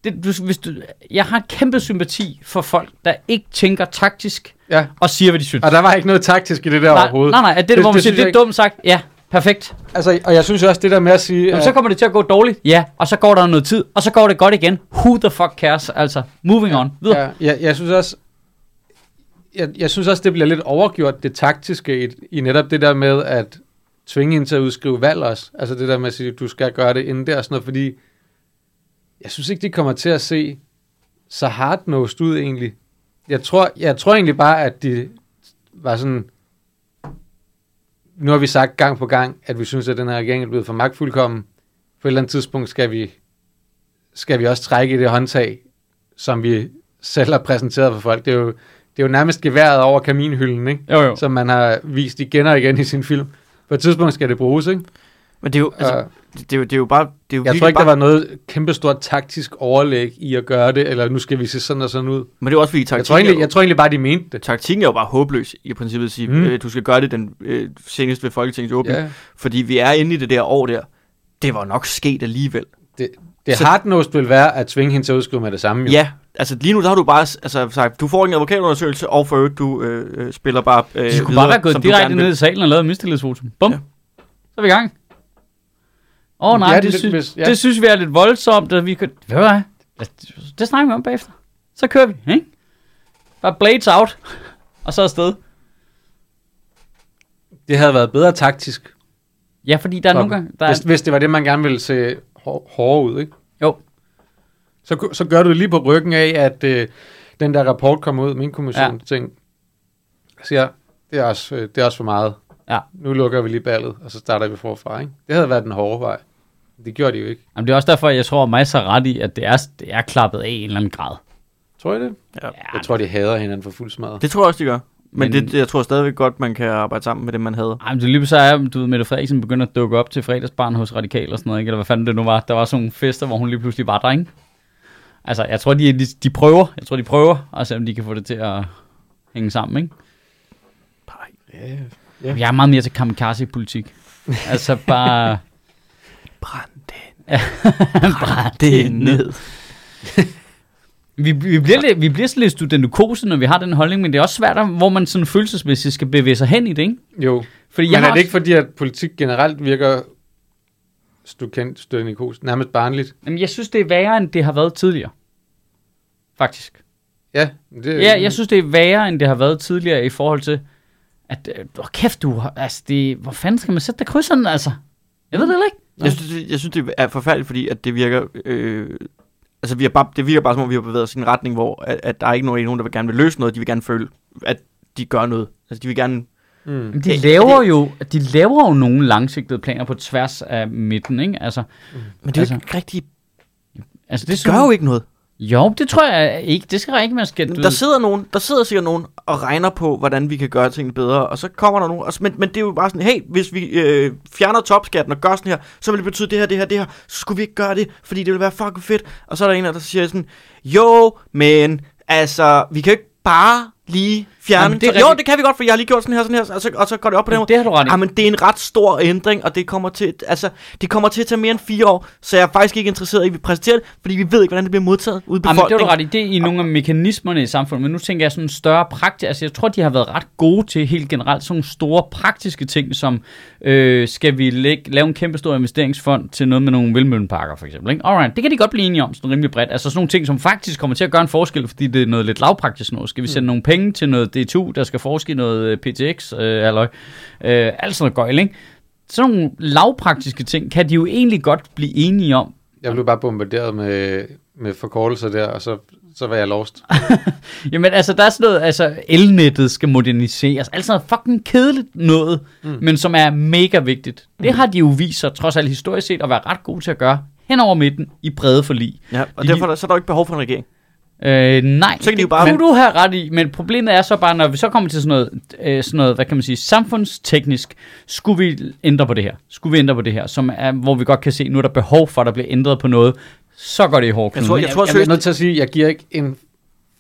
A: det, du, hvis du, jeg har kæmpe sympati for folk, der ikke tænker taktisk
C: Ja.
A: og siger, hvad de synes.
C: Og der var ikke noget taktisk i det der
A: nej,
C: overhovedet.
A: nej, nej, er det, det,
C: Det-
A: hvor man
C: det
A: siger,
C: synes
A: det er
C: jeg ikke-
A: dumt sagt. Ja, perfekt.
C: Altså, og jeg synes også, det der med at sige...
A: Jamen,
C: at-
A: så kommer det til at gå dårligt. Ja, og så går der noget tid, og så går det godt igen. Who the fuck cares? Altså, moving on. Videre.
C: Ja, jeg, jeg synes også, jeg, jeg synes også, det bliver lidt overgjort, det taktiske i, i netop det der med at tvinge hende til at udskrive valg også. Altså det der med at sige, du skal gøre det inden der og sådan noget, fordi jeg synes ikke, de kommer til at se så hardnosed ud egentlig. Jeg tror, jeg tror egentlig bare, at de var sådan, nu har vi sagt gang på gang, at vi synes, at den her regering er blevet for magtfuldkommen. På et eller andet tidspunkt skal vi, skal vi også trække i det håndtag, som vi selv har præsenteret for folk. Det er jo, det er jo nærmest geværet over kaminhylden, ikke?
A: Jo, jo.
C: som man har vist igen og igen i sin film. På et tidspunkt skal det bruges, ikke?
B: Men det er jo, altså,
C: Altså,
B: det, er jo, det er jo bare... Det er jo
C: jeg
B: virkelig
C: tror ikke,
B: bare,
C: der var noget kæmpestort taktisk overlæg i at gøre det, eller nu skal vi se sådan og sådan ud.
B: Men det er jo også fordi taktikken,
C: Jeg tror, egentlig, jeg tror egentlig bare, de mente det.
B: taktikken er jo bare håbløs i princippet at sige, mm.
C: Mm.
B: øh, du skal gøre det den øh, seneste ved Folketingets åbning.
C: Ja.
B: Fordi vi er inde i det der år der. Det var nok sket alligevel.
C: Det
B: Så-
C: hardnosed vil være at tvinge hende til at udskrive med det samme. Jo.
B: Ja, altså lige nu der har du bare altså, sagt, du får ikke en advokatundersøgelse, og for øvrigt, du øh, øh, spiller bare øh,
A: De skulle
B: videre,
A: bare være gået
B: som du gerne
A: direkte
B: vil.
A: ned i salen og lavet en mistillidsvotum. Bum.
B: Ja.
A: Ja. Så er vi i gang. Åh oh, nej,
C: Ja,
A: det,
C: det-
A: sy-
C: hvis-
A: ja.
C: ja.
A: det synes vi er lidt voldsomt, at vi kan... Hvad var det? Det- Det snakker vi om bagefter. Så kører vi, ikke? Bare blades out, og så afsted.
C: Det havde været bedre taktisk,
A: Ja, fordi der er nogle gange... Der
C: hvis,
A: er,
C: hvis det var det, man gerne ville se hår, hårdere ud. Ikke?
A: jo,
C: Så, ku- så gør du det lige på ryggen af, at øh, den der rapport kommer ud, min kommission ja. ting, siger, det er, også, øh, det er også for meget.
A: Ja.
C: Nu lukker vi lige ballet, og så starter vi forfra. Ikke? Det havde været den hårde vej. Det gjorde de jo ikke.
A: Jamen, det er også derfor, jeg tror, at mig så ret i, at det er, det er klappet af i en eller anden grad.
C: Tror I det?
B: Ja.
C: Jeg tror, de hader hinanden for fuld smadret.
B: Det tror jeg også, de gør. Men,
A: Men-
B: men det, jeg tror stadigvæk godt, man kan arbejde sammen med dem, man havde.
A: Ej, men det lige så er, du ved, Mette Frederiksen begynder at dukke op til fredagsbarn hos Radikal og sådan noget, ikke? eller hvad fanden det nu var. Der var sådan nogle fester, hvor hun lige pludselig var der, ikke? Altså, jeg tror, de, de, de prøver. Jeg tror, de prøver, og se om de kan få det til at hænge sammen, ikke?
C: Ja.
A: Ja. Jeg er meget mere til kamikaze-politik. altså bare...
B: Brænd det,
A: bare Vi, vi, bliver lidt, vi bliver sådan lidt studentekose, når vi har den holdning, men det er også svært, hvor man sådan følelsesmæssigt skal bevæge sig hen i det, ikke?
C: Jo,
A: Fordi
C: men er
A: har
C: det ikke fordi, at politik generelt virker studentikos, studentikos nærmest barnligt?
A: Jamen, jeg synes, det er værre, end det har været tidligere. Faktisk.
C: Ja, det,
B: Øh,
A: Ja, jeg synes, det er værre, end det har været tidligere i forhold til, at, øh, åh, kæft du, har- altså, det, hvor fanden skal man sætte der krydserne, altså? Jeg ved det heller ikke.
B: Jeg synes, det, jeg synes, det er forfærdeligt, fordi at det virker... Øh, altså, vi har bare, det virker bare, som om vi har bevæget os i en retning, hvor at, at der er ikke nogen, nogen, der vil gerne vil løse noget. De vil gerne føle, at de gør noget. Altså, de vil gerne...
C: Mm.
A: Men de
B: Det-
A: laver jo, de laver jo nogle langsigtede planer på tværs af midten, ikke? Altså,
B: Men
A: det er jo
B: ikke rigtigt...
A: altså
B: Det
A: synes-
B: gør jo ikke noget.
A: Jo, det tror jeg ikke. Det skal der ikke, man skal...
B: Der sidder, nogen, der sidder sikkert nogen og regner på, hvordan vi kan gøre tingene bedre, og så kommer der nogen, og, så- men, men det er jo bare sådan, hey, hvis vi øh, fjerner topskatten og gør sådan her, så vil det betyde det her, det her, det her, så skulle vi ikke gøre det, fordi det ville være fucking fedt. Og så er der en, der siger sådan, jo, men altså, vi kan jo ikke bare lige fjerne...
A: Jamen, det er
B: så- jo,
A: rigtigt.
B: det kan vi godt, for jeg har lige gjort sådan her, sådan her, og så, og så går det op på den måde.
A: Det har du ret i.
B: Jamen, det er en ret stor ændring, og det kommer til, altså, det kommer til at tage mere end fire år, så jeg er faktisk ikke interesseret i, at vi præsenterer det, fordi vi ved ikke, hvordan det bliver modtaget ude på
A: Jamen, det er
B: folk.
A: du ret i. Det er i nogle af mekanismerne i samfundet, men nu tænker jeg sådan større praktisk. Altså, jeg tror, de har været ret gode til helt generelt sådan nogle store praktiske ting, som øh, skal vi lægge, lave en kæmpe stor investeringsfond til noget med nogle vildmøllenparker, for eksempel. Ikke? Alright, det kan de godt blive enige om, sådan rimelig bredt. Altså sådan nogle ting, som faktisk kommer til at gøre en forskel, fordi det er noget lidt lavpraktisk noget. Skal vi sende nogle penge til noget DTU, der skal forske i noget øh, PTX, øh, halløj. øh, alt sådan noget gøjl, ikke? Sådan nogle lavpraktiske ting kan de jo egentlig godt blive enige om,
C: Jeg blev bare bombarderet med, med forkortelser der, og så, så var jeg lost.
A: Jamen altså, der er sådan noget, altså elnettet skal moderniseres, altså noget fucking kedeligt noget, mm. men som er mega vigtigt. Det
B: Mm.
A: har de jo vist sig, trods alt historisk set, at være ret gode til at gøre hen over midten i brede forlig.
B: Ja, og
A: De-
B: derfor er der, så er der jo ikke behov for en regering.
A: Øh, nej,
B: Så kan de jo
A: det
B: bare-
A: kunne du have ret i, men problemet er så bare, når vi så kommer til sådan noget, øh, sådan noget hvad kan man sige, samfundsteknisk, skulle vi ændre på det her, skulle vi ændre på det her, som er, hvor vi godt kan se, nu er der behov for, at der bliver ændret på noget, så går det i hårdknuden.
B: Jeg tror, jeg tror
C: Jeg er
B: seriøst,
C: nødt til at sige, at jeg giver ikke en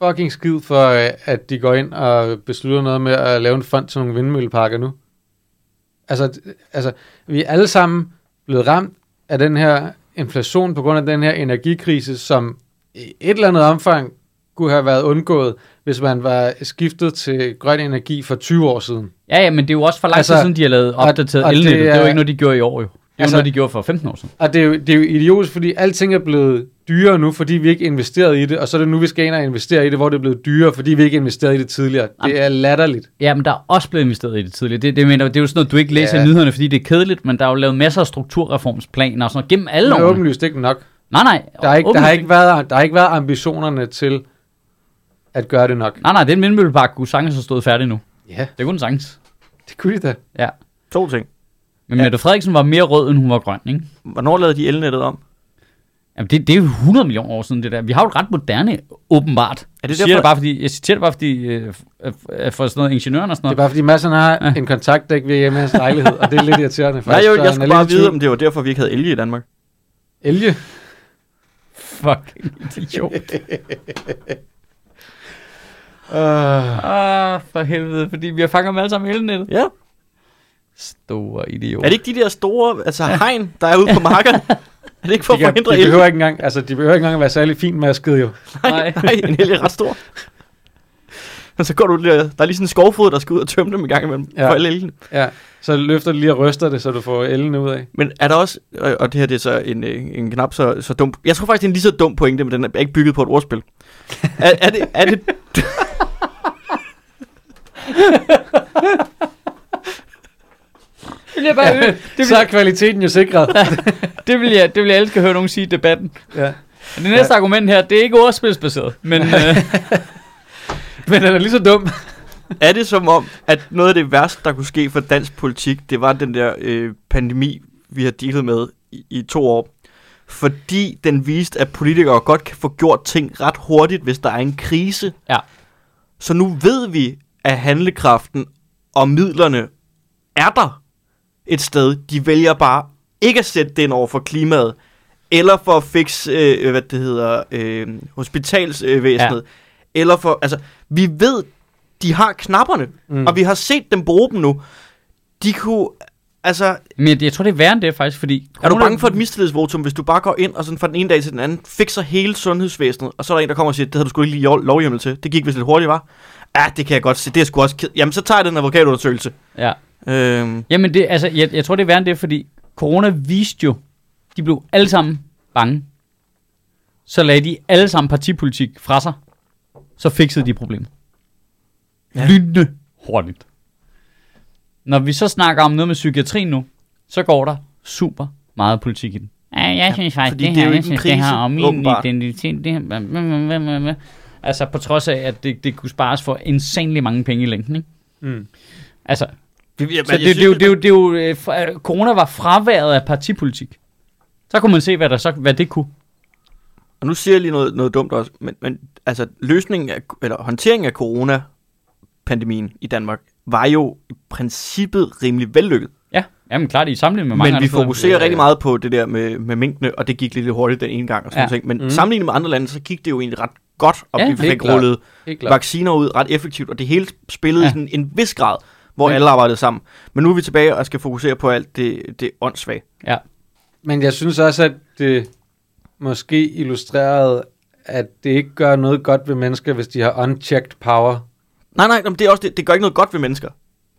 C: fucking skid for, øh, at de går ind og beslutter noget med at lave en fond til nogle vindmølleparker nu. Altså, d- altså vi er alle sammen blevet ramt af den her inflation på grund af den her energikrise, som i et eller andet omfang kunne have været undgået, hvis man var skiftet til grøn energi for 20 år siden.
A: Ja, ja, men det er jo også for lang tid
C: Altså,
A: siden, de har lavet
C: og-
A: opdateret
C: og det
A: elnettet. Det, er jo
C: er-
A: ikke noget, de gjorde i år, jo. Det er altså, jo
C: Altså-
A: noget, de gjorde for 15 år siden.
C: Og det er, jo, det er jo idiotisk, fordi alting er blevet dyrere nu, fordi vi ikke investerede i det, og så er det nu, vi skal ind og investere i det, hvor det er blevet dyrere, fordi vi ikke investerede i det tidligere. Det er latterligt.
A: Ja, men der er også blevet investeret i det tidligere. Det, det, mener, jeg, det er jo sådan noget, du ikke læser
C: Ja.
A: i nyhederne, fordi det er kedeligt, men der er jo lavet masser af strukturreformsplaner og sådan noget gennem alle
C: Det er
A: årene.
C: åbenlyst ikke nok.
A: Nej, nej.
C: Der, er ikke, der, har
A: åbenlyst
C: ikke været, der har ikke været ambitionerne til at gøre det nok.
A: Nej, nej, den vindmøllepark kunne sagtens have stået færdig nu.
C: Ja,
A: Det kunne den sagtens.
C: det kunne de da.
A: Ja.
B: to ting.
A: Men ja. Mette Frederiksen var mere rød, end hun var grøn, ikke?
B: Hvornår lavede de elnettet om?
A: Jamen, det, det er jo 100 millioner år siden, det der. Vi har jo et ret moderne, åbenbart.
B: Er det
A: jeg, siger
B: derfor-
A: det bare, fordi, jeg citerer det bare, fordi øh, øh, øh, for sådan noget ingeniøren og sådan
C: Det
A: noget.
C: er bare fordi Madsen har en kontakt, der ikke virker hjemme i hans lejlighed, og det er lidt irriterende
B: Nej,
C: faktisk.
B: jeg,
C: så
B: jeg
C: han
B: skulle
C: er
B: bare
C: lidt i
B: vide,
C: tvivl.
B: om det var derfor, vi ikke havde elge i Danmark.
C: Elge?
A: Fucking idiot.
B: Øh,
C: Uh,
A: Ah, for helvede, fordi vi har fanget dem alle sammen i elnettet.
B: Ja.
A: Store idiot.
B: Er det ikke de der store altså, hegn, der er ude på markerne? er det ikke for
C: de,
B: at
C: kan, de,
B: forhindre elge?
C: behøver ikke engang, altså, de behøver ikke engang at være særlig finmaskede jo.
A: Nej.
B: Nej, en elg er ret stor. Og så går du lige, der er lige sådan en skovfod, der skal ud og tømme dem en gang imellem ja.
C: Ja.
B: for alle elgene.
C: Ja, så løfter det lige og ryster det, så du får ellen ud af.
B: Men er der også, og og det her det er så en, øh, en knap så, så dum, jeg tror faktisk, det er en lige så dum pointe, men den er ikke bygget på et ordspil. er, er, det, er det,
A: Det vil jeg bare øve. Det vil,
C: Så er kvaliteten jo sikret.
A: det vil, jeg, det vil jeg elske at høre nogen sige i debatten.
C: ja.
A: Og Det næste argument her, det er ikke ordspilsbaseret, men øh,
C: Men den er
B: ligesom-
C: lige så dum.
B: er det som om, at noget af det værste, der kunne ske for dansk politik, det var den der øh, pandemi, vi har dealet med i, i to år? Fordi den viste, at politikere godt kan få gjort ting ret hurtigt, hvis der er en krise.
A: Ja.
B: Så nu ved vi, at handlekraften og midlerne er der et sted. De vælger bare ikke at sætte det ind over for klimaet, eller for at fikse, øh, hvad det hedder, øh, hospitalsvæsenet, ja. eller for, altså, vi ved, de har knapperne, mm. og vi har set dem bruge dem nu. De kunne, altså,
A: men jeg, jeg tror, det er værre end det faktisk, fordi...
B: er du bange for et mistillidsvotum, hvis du bare går ind og sådan fra den ene dag til den anden, fikser hele sundhedsvæsenet, og så er der en, der kommer og siger, det havde du sgu ikke lige lov- lovhjemmel til. Det gik vist lidt hurtigt, var. Ja, det kan jeg godt se. Det er sgu også ked. Jamen, så tager jeg den advokatundersøgelse.
A: Ja.
B: Øhm,
A: Jamen, det, altså, jeg, jeg tror, det er værre end det, fordi corona viste jo, de blev alle sammen bange. Så lagde de alle sammen partipolitik fra sig. Så fiksede de problemet.
B: Ja.
A: Ja. Lynende hurtigt. Når vi så snakker om noget med psykiatrien nu, så går der super meget politik i den. Ja, jeg synes faktisk,
B: fordi det her, det er jo jeg ikke en synes det her, krise, og min åbenbart.
A: identitet, det her... Altså, på trods af, at det, det kunne spares for insanely mange penge i længden, ikke?
C: Mm.
A: Altså,
B: det, jamen,
A: så det, det, er jo- det, er jo- det, er jo, øh, fra- øh, corona var fraværet af partipolitik. Så kunne man se, hvad, der så, hvad det kunne.
B: Og nu siger jeg lige noget, noget dumt også, men, men altså løsningen af, eller håndteringen af coronapandemien i Danmark var jo i princippet rimelig vellykket.
A: Ja, jamen klart i sammenligning med mange
B: Men vi
A: andre steder.
B: fokuserer rigtig meget på det der med, med mængdene, og det gik lidt hurtigt den ene gang og sådan
A: Ja.
B: ja. ting. Men mm.
C: Mhm.
B: sammenlignet med andre lande, så gik det jo egentlig ret godt, og
A: Ja,
B: ja, vi
C: helt
B: fik
C: klart.
B: rullet
C: Helt klart.
B: vacciner ud ret effektivt, og det hele spillede
A: Ja.
B: ja. sådan en vis grad, hvor
A: Ja.
B: ja. alle arbejdede sammen. Men nu er vi tilbage og skal fokusere på alt det, det åndssvage.
A: Ja.
C: Men jeg synes også, at det måske illustrerede, at det ikke gør noget godt ved mennesker, hvis de har unchecked power.
B: Nej, nej, nå, men det, er også, det, det gør ikke noget godt ved mennesker.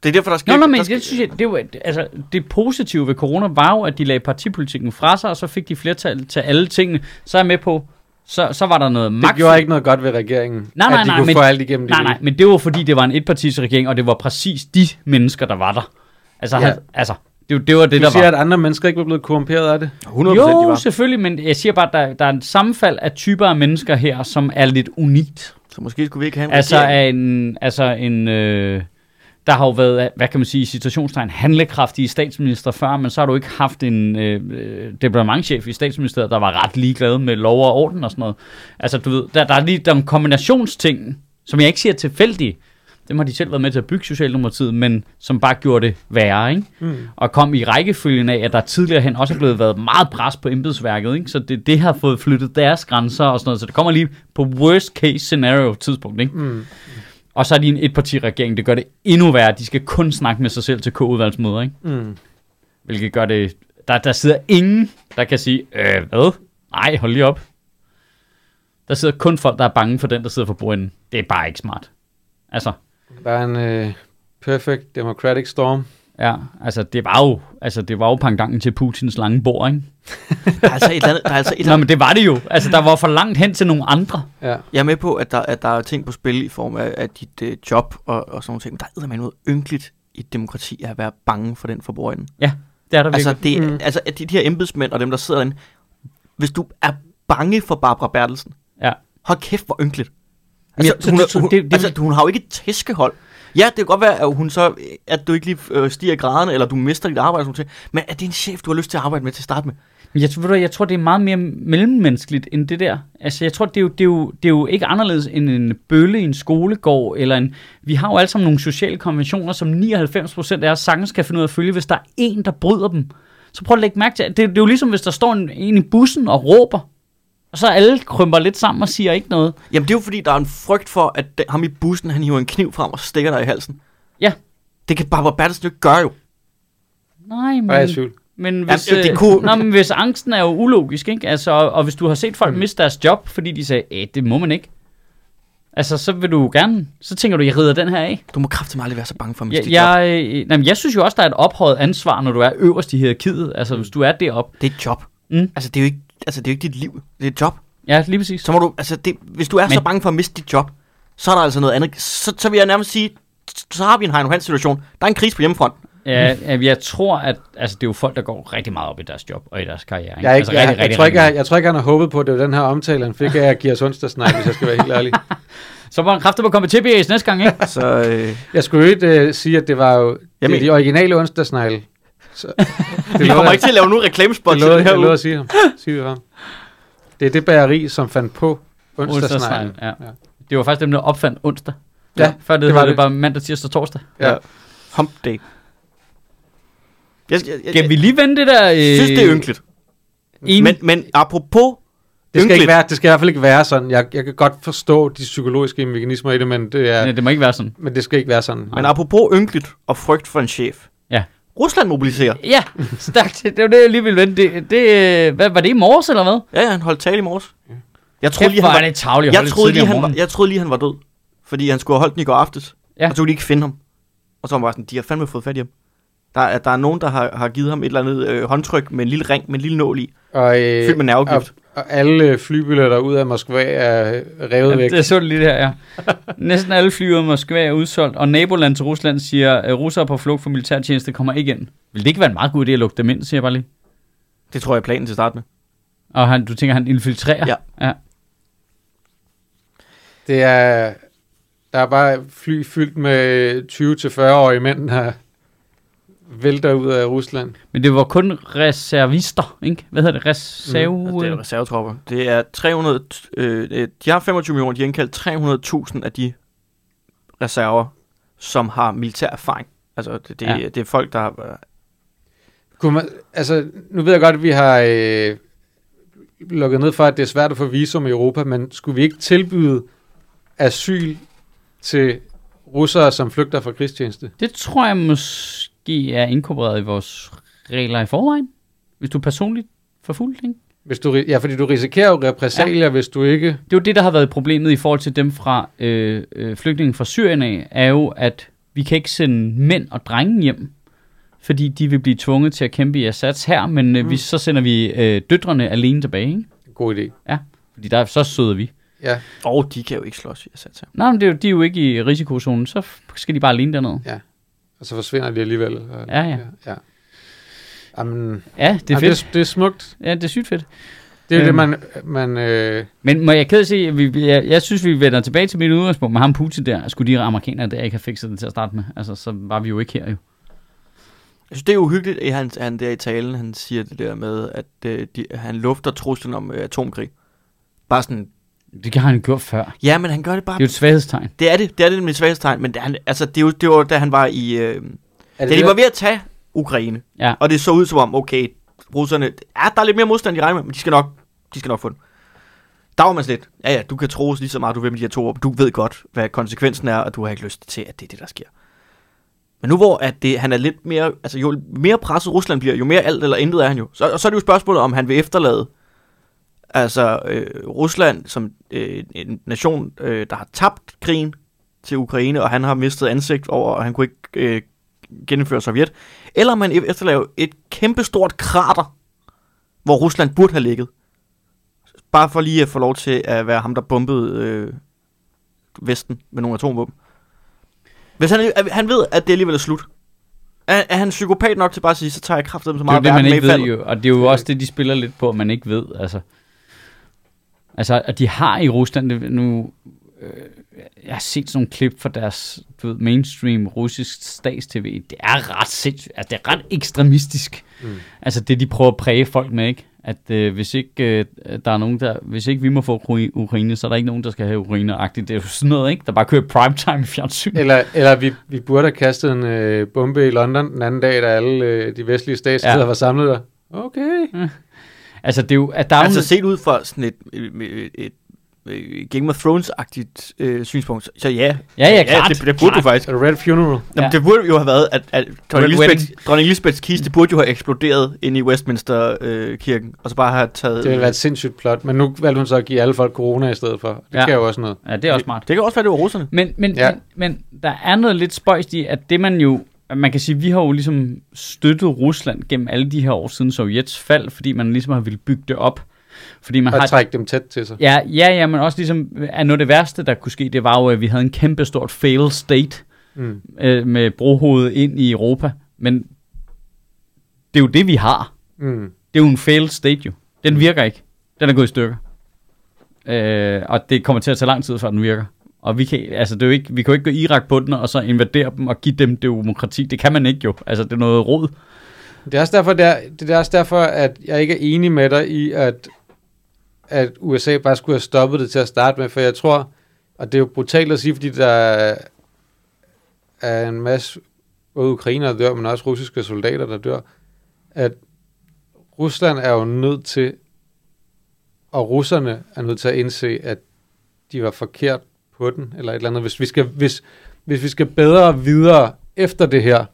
B: Det er derfor, der skal...
A: Nå, nå, men
B: der skal,
A: det synes jeg, det, var, altså, det positive ved corona var jo, at de lagde partipolitikken fra sig, og så fik de flertal til alle tingene. Så er jeg med på, så, så var der noget
C: Det gjorde ikke noget godt ved regeringen,
A: Nej, nej,
C: at de
A: nej,
C: kunne
A: men-
C: få alt igennem. de
A: Nej,
C: ville.
A: nej, men det var fordi, det var en etpartisregering, og det var præcis de mennesker, der var der. Altså,
C: Ja.
A: ja. altså det, det var det,
C: Du
A: der
C: siger,
A: var.
C: at andre mennesker ikke var blevet korrumperet af det?
B: 100 de
A: jo,
B: var.
A: selvfølgelig, men jeg siger bare, at der, der er en sammenfald af typer af mennesker her, som er lidt unikt.
B: Så måske skulle vi ikke have en
A: Altså
B: regering.
A: af en, altså en øh, der har jo været, hvad kan man sige, i situationstegn, handlekraftige statsminister før, men så har du ikke haft en øh, øh, departementchef i statsministeriet, der var ret ligeglad med lov og orden og sådan noget. Altså du ved, der, der er lige den kombinationsting, som jeg ikke siger er tilfældige. Dem har de selv været med til at bygge Socialdemokratiet, men som bare gjorde det værre, ikke? Mm. Og kom i rækkefølgen af, at der tidligere hen også er blevet været meget pres på embedsværket, ikke? Så det, det har fået flyttet deres grænser og sådan noget, så det kommer lige på worst case scenario tidspunkt, ikke?
C: Mm.
A: Og så er de en etpartiregering, det gør det endnu værre. De skal kun snakke med sig selv til K-udvalgsmøder, ikke?
C: Mm.
A: Hvilket gør det... Der, der sidder ingen, der kan sige, øh, hvad? Nej, hold lige op. Der sidder kun folk, der er bange for den, der sidder for bordenden. Det er bare ikke smart. Altså,
C: Bare en øh, perfect democratic storm.
A: ja, altså det var jo, altså, det var jo pangdangen til Putins lange bord, ikke?
B: Der er altså et eller andet... Der er altså et eller
A: Nå,
B: andet
A: men det var det jo. Altså, der var for langt hen til nogle andre.
C: Ja.
B: jeg er med på, at der, at der er ting på spil i form af, af dit øh, job og, og sådan nogle ting. Men der er man noget ynkeligt i et demokrati at være bange for den forbrugerinde.
A: Det er der
B: Altså,
A: virkelig.
B: det,
C: Mm.
B: mm. altså at de, de her embedsmænd og dem, der sidder derinde, hvis du er bange for Barbara Bertelsen,
A: Ja.
B: hold kæft, hvor ynkeligt.
A: Men
B: Altså,
A: jeg- så
B: hun,
A: det-
B: er-
A: så
B: hun,
A: det- det-
B: altså, hun har jo ikke et tæskehold. Ja, det kan godt være, at, hun så, at du ikke lige øh, stiger i graderne, eller du mister dit arbejde, og sådan noget, men at det er en chef, du har lyst til at arbejde med til at starte med.
A: Men Jeg, tror- ved du, hvad, jeg tror, det er meget mere mellemmenneskeligt end det der. Altså, jeg tror, det er, jo, det, er jo, det er jo ikke anderledes end en bølle i en skolegård, eller en... Vi har jo alle sammen nogle sociale konventioner, som 99% af os sagtens kan finde ud af at følge, hvis der er en, der bryder dem. Så prøv at lægge mærke til, at det, det er jo ligesom, hvis der står en, en i bussen og råber, og så alle krymper lidt sammen og siger ikke noget.
B: Jamen, det er jo fordi, der er en frygt for, at den- ham i bussen, han hiver en kniv frem og stikker dig i halsen.
A: Ja.
B: Det kan Barbara Bertelsen jo ikke gøre jo.
A: Nej, men...
C: Og jeg er i tvivl.
A: Men hvis,
B: Jamen, det
A: øh,
B: kunne-
A: nå, men hvis angsten er jo ulogisk, ikke? Altså, og, og hvis du har set folk
C: Mm.
A: miste deres job, fordi de sagde, at det må man ikke, altså, så vil du gerne, så tænker du, jeg rider den her af.
B: Du må kraftigt aldrig være så bange for at miste
A: Jeg,
B: dit job.
A: jeg, øh, nej, men jeg synes jo også, der er et ophøjet ansvar, når du er øverst i hierarkiet, altså
C: Mm.
A: hvis du er deroppe.
B: Det er et job.
A: Mm.
B: Altså, det er jo ikke, altså, det er jo ikke dit liv. Det er et job.
A: Ja, lige præcis.
B: Så må du, altså det, hvis du er men, så
A: Men-
B: bange for at miste dit job, så er der altså noget andet. Så, så vil jeg nærmest sige, så har vi en Heino Hans situation. Der er en krise på hjemmefront.
A: Ja, ja, jeg tror, at altså, det er jo folk, der går rigtig meget op i deres job og i deres karriere. Ikke?
C: Jeg, er ikke,
A: altså,
C: jeg, jeg, tror ikke, jeg, jeg tror ikke, han har håbet på, at det var den her omtale, han fik af Gears onsdagsnak, hvis jeg skal være helt ærlig.
A: Så var han kraftig på at komme til BAS næste gang, ikke?
B: Så øh,
C: Jeg skulle jo ikke øh, sige, at det var jo det, er
B: Jamen-
C: de originale onsdagsnegle. Så, det
B: vi
C: lovede
B: kommer
C: jeg-
B: ikke til at lave nogen reklamespot
C: Det
B: til
C: lovede
B: det her
C: jeg lovede
B: uge.
C: at sige ham. Sige det ham. Det er det bageri, som fandt på onsdagsneglen.
A: Onsdagsneglen, ja. Det var faktisk dem, der opfandt onsdag.
C: Ja,
A: Før det,
C: det
A: det
C: var
A: var det
C: det.
A: bare mandag, tirsdag, torsdag.
C: Ja.
B: Hump day. Jeg, jeg, jeg,
A: Kan vi
B: jeg,
A: lige vende det der? Øh, Ah.
B: jeg synes, det er ynkeligt.
A: enig?
B: Men, men apropos
C: Det skal, ikke
B: ynkeligt,
C: være, det skal i hvert fald ikke være sådan. Jeg, jeg kan godt forstå de psykologiske mekanismer i det, men det, er,
A: Nej, det må ikke være sådan.
C: men det skal ikke være sådan.
B: men apropos ynkeligt og frygt for en chef.
A: Ja.
B: Rusland mobiliserer.
A: Ja, stærkt. Det var det, jeg lige ville vende. Det, det, øh, hvad, var det i morges, eller hvad?
B: Ja, ja, han holdt tale i morges. Jeg troede
A: Kæft,
B: lige,
A: hvor
B: han var,
A: er det tavligt at
B: jeg
A: holde
B: troede, lige,
A: tidligere
B: han
A: om
B: var,
A: morgenen.
B: jeg troede lige, han var død. Fordi han skulle have holdt den i går aftes.
A: Ja.
B: Ja. Og så kunne de ikke finde ham. Og så var han bare sådan, de har fandme fået fat i ham. Der, er- der er nogen, der har, har givet ham et eller andet øh, håndtryk med en lille ring, med en lille nål i.
C: Og, øh,
B: Fyldt med
C: og,
B: nervegift.
C: og alle flybilletter ud af Moskva er revet væk.
A: Ja, det så det lige det her, ja. Næsten alle fly ud af Moskva er udsolgt, og naboland til Rusland siger, at russere på flugt for militærtjeneste kommer ikke ind. Vil det ikke være en meget god idé at lukke dem ind, siger jeg bare lige.
B: Det tror jeg er planen til at starte med.
A: Og han, du tænker, han infiltrerer?
B: Ja.
A: ja.
C: Det er... Der er bare fly fyldt med 20-40-årige mænd, der vælter ud af Rusland.
A: Men det var kun reservister, ikke? Hvad hedder det? Reserve...
B: Altså, det er reservetropper. Det er 300... t- Øh, øh, de har 25 millioner, de har indkaldt 300.000 af de reserver, som har militær erfaring. Altså, det, det,
A: Ja.
B: ja. det er folk, der har...
C: Kunne man, altså, nu ved jeg godt, at vi har øh, lukket ned for, at det er svært at få visum i Europa, men skulle vi ikke tilbyde asyl til russere, som flygter fra krigstjeneste?
A: Det tror jeg måske er inkorporeret i vores regler i forvejen. Hvis du er personligt forfulgt, ikke?
C: Hvis du, ri- ja, fordi du risikerer jo repressalier, ja. hvis du ikke...
A: Det er jo det, der har været problemet i forhold til dem fra øh, øh, flygtningen fra Syrien af, er jo, at vi kan ikke sende mænd og drenge hjem, fordi de vil blive tvunget til at kæmpe i Assads her, men øh, mm. vi, så sender vi øh, døtrene alene tilbage, ikke?
C: God idé.
A: fordi der er så søde vi.
C: Ja,
B: Og de kan jo ikke slås, jeg sat til.
A: Nej, men det er jo, de er jo ikke i risikozonen, så f- skal de bare alene dernede.
C: og så forsvinder de alligevel. Og,
A: Ja, ja.
C: ja. Jamen,
A: Ja, det
C: det,
A: er
C: er
A: fedt.
C: det, er- det er smukt.
A: Ja, det er sygt fedt.
C: Det er jo det,
A: Øhm.
C: man... man øh,
A: Men må jeg kede se, at vi, jeg, jeg synes, vi vender tilbage til mit udgangspunkt med ham Putin der. Skulle de amerikanere der ikke have fikset det til at starte med? Altså, så var vi jo ikke her jo.
B: Jeg synes, det er uhyggeligt, at han, han der i talen, han siger det der med, at øh, de, han lufter truslen om øh, atomkrig. Bare sådan,
A: Det har han gjort før. Det
B: ja, men han gør det bare.
A: er jo et svaghedstegn.
B: Det er det, det er det med svagestegn, men det, er han, altså, det, er jo, det var da han var i... Øh,
C: er
B: da de
C: det,
B: var
C: det,
B: ved at tage Ukraine,
A: Ja.
B: og det så ud som om, okay, russerne, ja, der er lidt mere modstand, de regner med, men de skal nok, de skal nok få den. Der var man sådan lidt, ja ja, du kan tro os lige så meget, du vil med de her to år, men du ved godt, hvad konsekvensen er, og du har ikke lyst til, at det er det, der sker. Men nu hvor at det, han er lidt mere, altså jo mere presset Rusland bliver, jo mere alt eller intet er han jo. Så, og så er det jo spørgsmålet, om han vil efterlade altså øh, Rusland som øh, en nation, øh, der har tabt krigen til Ukraine, og han har mistet ansigt over, og han kunne ikke øh, gennemføre Sovjet, eller man efterlader et kæmpestort krater, hvor Rusland burde have ligget. Bare for lige at få lov til at være ham, der bombede øh, Vesten med nogle atomvåben. Hvis han, at han ved, at det alligevel er slut, er, er han psykopat nok til bare at sige, så tager jeg kraftedeme så
A: Det er jo
B: meget
A: det, man
B: verden
A: ikke
B: med
A: ved
B: i faldet.
A: jo. Og det er jo også det, de spiller lidt på, at man ikke ved. Altså, altså at de har i Rusland det, nu... Øh, jeg har set sådan nogle klip fra deres du ved, mainstream russisk statstv. Det er ret sindssygt. Altså, det er ret ekstremistisk. Mm. Altså det, de prøver at præge folk med, ikke? At øh, hvis ikke øh, der er nogen, der... Hvis ikke vi må få Ukra- Ukraine, så er der ikke nogen, der skal have Ukraine-agtigt. Det er jo sådan noget, ikke? Der bare kører primetime i fjernsyn.
C: eller, eller vi, vi burde have kastet en øh, bombe i London den anden dag, da alle øh, de vestlige statsledere
A: Ja.
C: ja. var samlet der. Okay.
A: Altså det er jo... At der er jo
B: Altså
A: en-
B: set ud fra sådan et, et, et, et Game of Thrones-agtigt øh, synspunkt, så- så ja.
A: Ja, ja, klart.
B: det, det burde du
A: Klart.
B: faktisk.
C: Så Red Funeral.
B: Jamen,
A: Ja.
B: ja. det burde jo have været, at, at dronning,
A: Red
B: Lisbeth, dronning Lisbeths kiste burde jo have eksploderet inde i Westminster-kirken, øh, kirken, og så bare have taget...
C: Det ville være et sindssygt plot, men nu valgte hun så at give alle folk corona i stedet for. Det
A: Ja.
C: ja. kan jo også noget.
A: Ja, det er også smart.
B: Det kan også være, det var russerne.
A: Men, men, ja.
C: Ja.
A: men, men der er noget lidt spøjst i, at det man jo, at man kan sige, vi har jo ligesom støttet Rusland gennem alle de her år siden Sovjets fald, fordi man ligesom har ville bygge det op. Fordi man har,
C: Og trække dem tæt til sig.
A: Ja, ja, ja, men også ligesom, at noget af det værste, der kunne ske, det var jo, at vi havde en kæmpe stort fail state
C: Mm.
A: øh, med brohovedet ind i Europa. Men det er jo det, vi har.
C: Mm.
A: Det er jo en failed state jo. Den virker ikke. Den er gået i stykker. Øh, og det kommer til at tage lang tid, før den virker. Og vi kan, altså det er jo ikke, vi kan jo ikke gå Irak på den, og så invadere dem og give dem demokrati. Det kan man ikke jo. Altså det er noget råd.
C: Det er også derfor, det er, det er også derfor, at jeg ikke er enig med dig i, at, at USA bare skulle have stoppet det til at starte med, for jeg tror, og det er jo brutalt at sige, fordi der er en masse både ukrainere, der dør, men også russiske soldater, der dør, at Rusland er jo nødt til, og russerne er nødt til at indse, at de var forkert på den, eller et eller andet. Hvis vi skal, hvis, hvis vi skal bedre videre efter det her,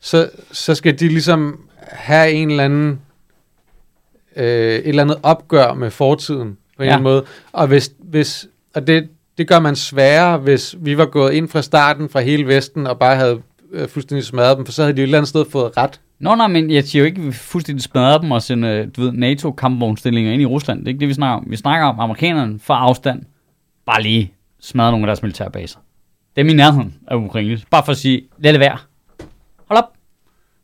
C: så, så skal de ligesom have en eller anden øh, et eller andet opgør med fortiden på en
A: Ja.
C: ja. eller anden måde. Og, hvis, hvis, og det, det gør man sværere, hvis vi var gået ind fra starten fra hele Vesten og bare havde øh, fuldstændig smadret dem, for så havde de et eller andet sted fået ret.
A: Nå, nej, men jeg siger jo ikke, at vi fuldstændig smadrer dem og sender, du ved, NATO-kampvognstillinger ind i Rusland. Det er ikke det, vi snakker om. Vi snakker om, at amerikanerne fra afstand bare lige smadrer nogle af deres militærbaser. Det er min nærheden af Ukraine. Bare for at sige, lad det være. Hold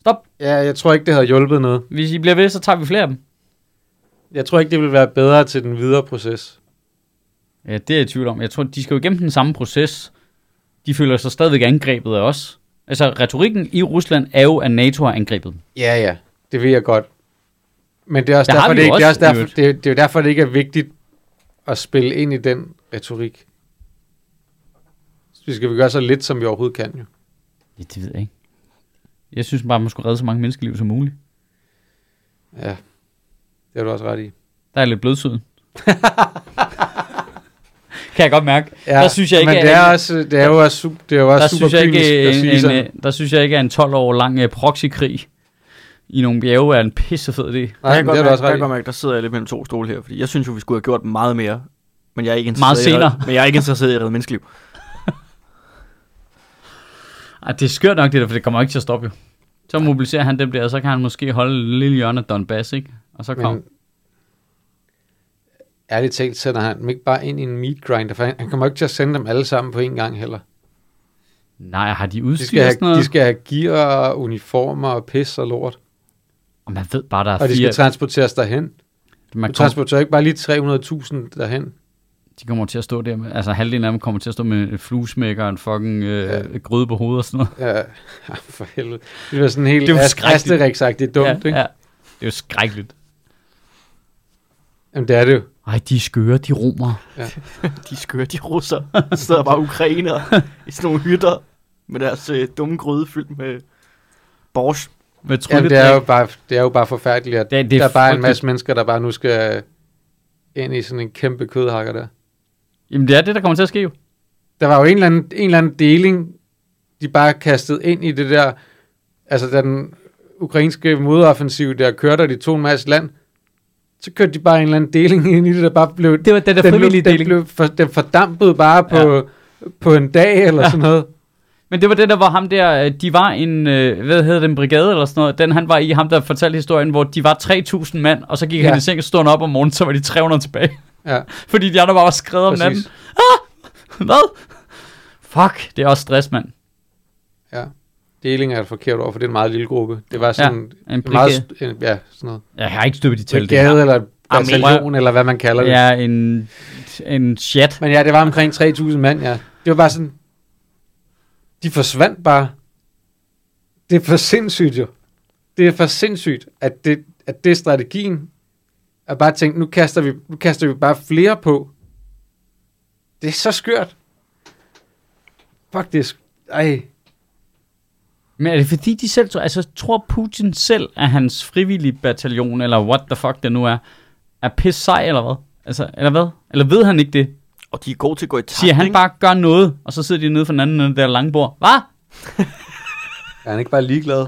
A: op.
C: Ja, jeg tror ikke, det havde hjulpet noget.
A: Hvis I bliver ved, så tager vi flere af dem.
C: Jeg tror ikke, det ville være bedre til den videre proces.
A: Ja, det er jeg i tvivl om. Jeg tror, de skal jo igennem den samme proces. De føler sig stadigvæk angrebet af os. Altså, retorikken i Rusland er jo, at NATO har angrebet dem.
C: Ja, ja. Det ved jeg godt. Men det er også
A: Det har
C: derfor,
A: vi
C: det,
A: jo
C: ikke, det, er
A: også,
C: også derfor
A: Ivet.
C: det, er- det er jo derfor, det ikke er vigtigt at spille ind i den retorik. Vi skal vi gøre så lidt, som vi overhovedet kan jo.
A: Ja, det ved jeg ikke. Jeg synes bare, man skulle redde så mange menneskeliv som muligt.
C: Ja, det har du også ret i.
A: Der er lidt blødsuden. kan jeg godt mærke.
C: Ja,
A: Der synes jeg ikke,
C: men
A: at-
C: det er, også, det er jo også, su- det er jo også
A: der
C: super
A: synes, jeg
C: kynisk
A: ikke,
C: at sige
A: en, en,
C: sådan.
A: øh, der synes jeg ikke, at en 12 år lang øh, proxykrig i nogle bjerge er en pissefed idé.
C: Nej, men det er
B: godt
C: du
B: mærke,
C: også ret
B: der,
C: i.
B: godt mærke, der sidder jeg lidt mellem to stole her, fordi jeg synes jo, vi skulle have gjort meget mere. Men jeg er ikke
A: Meget
B: interesseret, I,
A: senere.
B: at redde- men jeg er ikke interesseret i at redde menneskeliv.
A: Ej, det er skørt nok det der, for det kommer ikke til at stoppe jo. Så mobiliserer han dem der, og så kan han måske holde en lille hjørne af Don Bass, ikke? Og så kom.
C: Men, ærligt talt sender han dem ikke bare ind i en meat grinder, for han, han kommer jo ikke til at sende dem alle sammen på en gang heller.
A: Nej, har de
C: De
A: udstyr
C: skal,
A: og sådan
C: have, de
A: noget?
C: skal have gear, og uniformer og pis og lort,
A: Og man ved bare, der er
C: og de
A: fire.
C: skal transporteres derhen.
A: man
C: Du
A: kom,
C: transporterer ikke bare lige 300.000 derhen.
A: de kommer til at stå der med, altså halvdelen af dem kommer til at stå med en fluesmækker og en fucking øh,
C: Ja.
A: gryde på hovedet og sådan noget.
C: Ja, for helvede. Det var sådan helt
A: Det
C: det
A: var
C: var
A: skrækkeligt.
C: Asterix-agtigt dumt, ja, ikke?
A: ja.
C: Ja.
A: Det er jo skrækkeligt.
C: Jamen, det er det jo.
A: Ej, de er skøre, de romer.
B: De skøre, de russer. Der sidder bare ukrainer i sådan nogle hytter med deres øh, dumme gryde fyldt med borsch.
A: Med
C: Jamen, det, er jo
A: trylledrik.
C: bare, det er jo bare forfærdeligt,
A: Det-
C: at det,
A: det er
C: det der er bare er en
A: frygteligt.
C: masse mennesker, der bare nu skal ind i sådan en kæmpe kødhakker der.
A: Jamen, det er det, der kommer til at ske jo.
C: Der var jo en eller anden, en eller anden deling, de bare kastede ind i det der, altså da den ukrainske modoffensiv der kørte, og de tog en masse land, så kørte de bare en eller anden deling ind i det, der bare blev...
A: Det var den der
C: den
A: frivillige
C: blev,
A: deling.
C: Den, blev for, den fordampede bare på, ja. på en dag eller
A: Ja.
C: ja. sådan noget.
A: Men det var den der, hvor ham der, øh, de var en, øh, hvad hedder den, brigade eller sådan noget, den han var i, ham der fortalte historien, hvor de var 3.000 mand, og så gik ja.
C: Ja.
A: han i seng og stod han op om morgenen, så var de 300 tilbage.
C: Ja,
A: Fordi de andre bare var skrevet om natten.
C: præcis.
A: Hvad? Fuck, det er også stress, mand.
C: Ja. Deling er et forkert ord, for det er en meget lille gruppe. Det var sådan ja,
A: En
C: en meget...
A: brigade.
C: st- en- Ja, sådan noget.
A: Jeg har ikke støbet de tal, det her.
C: Brigade eller bataljon,
A: prøv-
C: eller hvad man kalder det. Ja.
A: Ja, en, en chat.
C: Men ja, det var omkring 3.000 mand, ja. Det var bare sådan... De forsvandt bare. Det er for sindssygt jo. Det er for sindssygt, at det, at det er strategien. At bare tænke, nu kaster, vi, nu kaster vi bare flere på. Det er så skørt. Fuck, det er... sk- Ej.
A: Men er det fordi, de selv tror, altså tror Putin selv, at hans frivillige bataljon, eller what the fuck det nu er, er pisse sej, eller hvad? Altså, eller hvad? Eller ved han ikke det?
B: Og de er gode til at gå i takt,
A: Siger han
B: ikke?
A: bare, gør noget, og så sidder de nede for den anden ende af det der lange bord. Hvad?
C: Er han ikke bare ligeglad?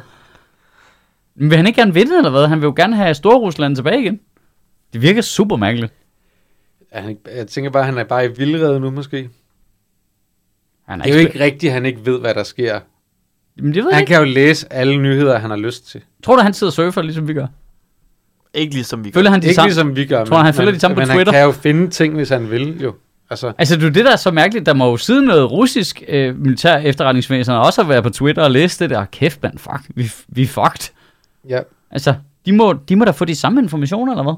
A: Men vil han ikke gerne vinde, eller hvad? Han vil jo gerne have Storrusland tilbage igen. Det virker super mærkeligt.
C: Er han ikke, jeg tænker bare, at han er bare i vildrede nu måske. Det
A: Han
C: er jo ikke rigtigt, at han ikke ved, hvad der sker.
A: Men det ved jeg
C: Han
A: ikke.
C: kan jo læse alle nyheder, han har lyst til.
A: Tror du, han sidder og surfer, ligesom vi gør?
B: Ikke ligesom vi gør.
A: Følger han de
C: Ikke
A: samme?
C: ligesom vi gør,
A: Tror han, han følger de samme på
C: men
A: Twitter?
C: han kan jo finde ting, hvis han vil jo. Altså,
A: Altså, det er jo det, der er så mærkeligt. Der må jo sidde noget russisk øh, militær efterretningsvæsen, og også have været på Twitter og læse det der. Kæft, mand, fuck. Vi, vi er fucked.
C: ja.
A: Altså, de må, de må da få de samme informationer, eller hvad?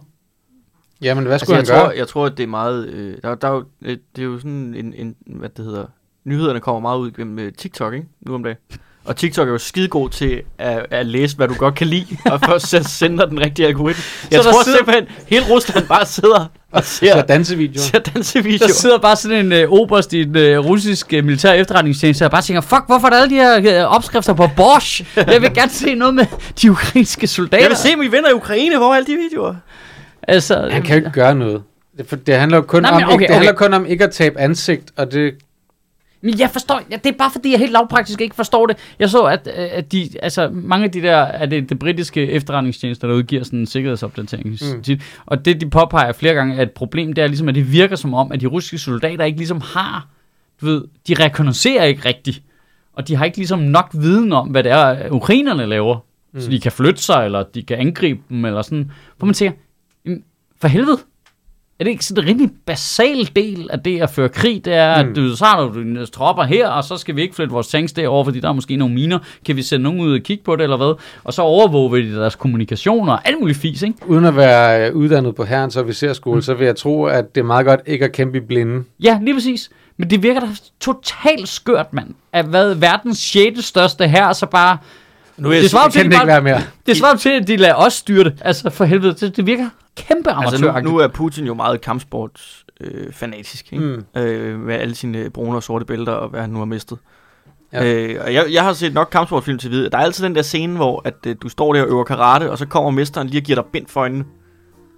C: Jamen, hvad
B: Altså,
C: skulle
B: jeg,
C: altså, han
B: tror,
C: gøre?
B: jeg tror, at det er meget... Øh, der, der, er jo- øh, det er jo sådan en, en... Hvad det hedder... Nyhederne kommer meget ud gennem øh, TikTok, ikke? Nu om dagen. Og TikTok er jo skidegod til at, at læse, hvad du godt kan lide, og først så sender den rigtige algoritme. Jeg
A: der
B: tror
A: sidder-
B: simpelthen, hele Rusland bare sidder og
C: Så
B: ser,
C: Altså, dansevideoer.
B: ser dansevideoer.
A: Der sidder bare sådan en øh, oberst i den øh, russiske militær efterretningstjeneste, og bare tænker, fuck, hvorfor er der alle de her øh, opskrifter på Bosch? Jeg vil gerne se noget med de ukrainske soldater.
B: Jeg vil se mine venner i Ukraine, hvor er alle de videoer?
A: Altså,
C: Han kan jo ikke gøre noget. Det, for det handler jo kun,
A: Nej,
C: Nej,
A: men
C: om,
A: okay,
C: okay, ikke, det handler
A: okay.
C: kun om ikke at tabe ansigt, og det...
A: Men jeg forstår, ja, det er bare fordi, jeg helt lavpraktisk ikke forstår det. Jeg så, at, øh, at de, altså, mange af de der, at det, det britiske efterretningstjenester, der udgiver sådan en sikkerhedsopdatering,
C: Mm.
A: mm. og det de påpeger flere gange, er et problem, det er ligesom, at det virker som om, at de russiske soldater ikke ligesom har, du ved, de rekognoserer ikke rigtigt, og de har ikke ligesom nok viden om, hvad det er, at ukrainerne laver, mm. så de kan flytte sig, eller de kan angribe dem, eller sådan, hvor man tænker, "Jamen, for helvede, er det ikke sådan en rimelig basal del af det at føre krig? Det er, mm. at du, så har du dine tropper her, og så skal vi ikke flytte vores tanks derover, fordi der er måske nogle miner. Kan vi sende nogen ud og kigge på det, eller hvad? Og så overvåger vi deres kommunikationer og alt muligt fis, ikke?
C: Uden at være øh, uddannet på herrens officerskole, mm. så vil jeg tro, at det er meget godt ikke at kæmpe i blinde.
A: Ja, lige præcis. Men det virker da totalt skørt, mand. At hvad verdens 6. største her, så bare...
B: Nu er jeg
A: det svarer
C: Det
A: til,
C: kan
A: at
C: det
A: de
C: ikke være
A: bare,
C: mere.
A: det svarer til, at de lader os styre det. Altså, for helvede, det, det virker kæmpe
B: Altså,
A: amatøragtigt.
B: nu, nu er Putin jo meget kampsportsfanatisk, øh, fanatisk, ikke?
C: Mm.
B: øh, med alle sine brune og sorte bælter og hvad han nu har mistet.
C: Ja.
B: Ja. Øh, og jeg, jeg har set nok kampsportfilm til at vide, at der er altid den der scene, hvor at, øh, du står der og øver karate, og så kommer mesteren lige og giver dig bind for øjnene.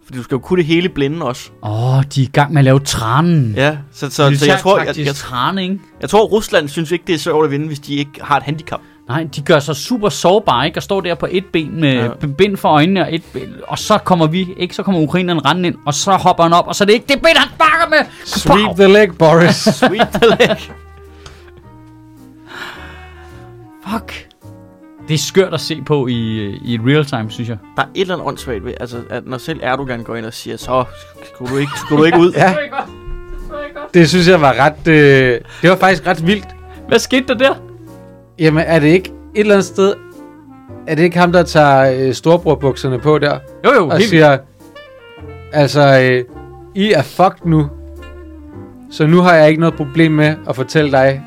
B: Fordi du skal jo kunne det hele blinde også.
A: Åh, oh, de er i gang med at lave tranen.
B: Ja, så, så, så, så jeg, tror, jeg, jeg,
A: jeg, trane, ikke?
B: jeg tror, Rusland synes ikke, det er sjovt at vinde, hvis de ikke har et handicap.
A: Nej, de gør sig super sårbare, ikke? Og står der på et ben med
B: Ja.
A: ja. bind for øjnene og et ben, Og så kommer vi, ikke? Så kommer ukraineren rendende ind, og så hopper han op, og så er det ikke det ben, han sparker med!
C: Sweep the leg, Boris.
B: Sweet the leg.
A: Fuck! Det er skørt at se på i, i real time, synes jeg.
B: Der er et eller andet åndssvagt ved, altså, at når selv Erdogan går ind og siger, så skulle du ikke, skulle du ikke ud.
C: Ja. Det synes jeg var ret... Øh, det var faktisk ret vildt.
A: Hvad skete der der?
C: Jamen, er det ikke et eller andet sted... Er det ikke ham, der tager øh, storebrorbukserne på der?
A: Jo, jo,
C: Og
A: helt
C: siger... Altså, øh, I er fucked nu. Så nu har jeg ikke noget problem med at fortælle dig,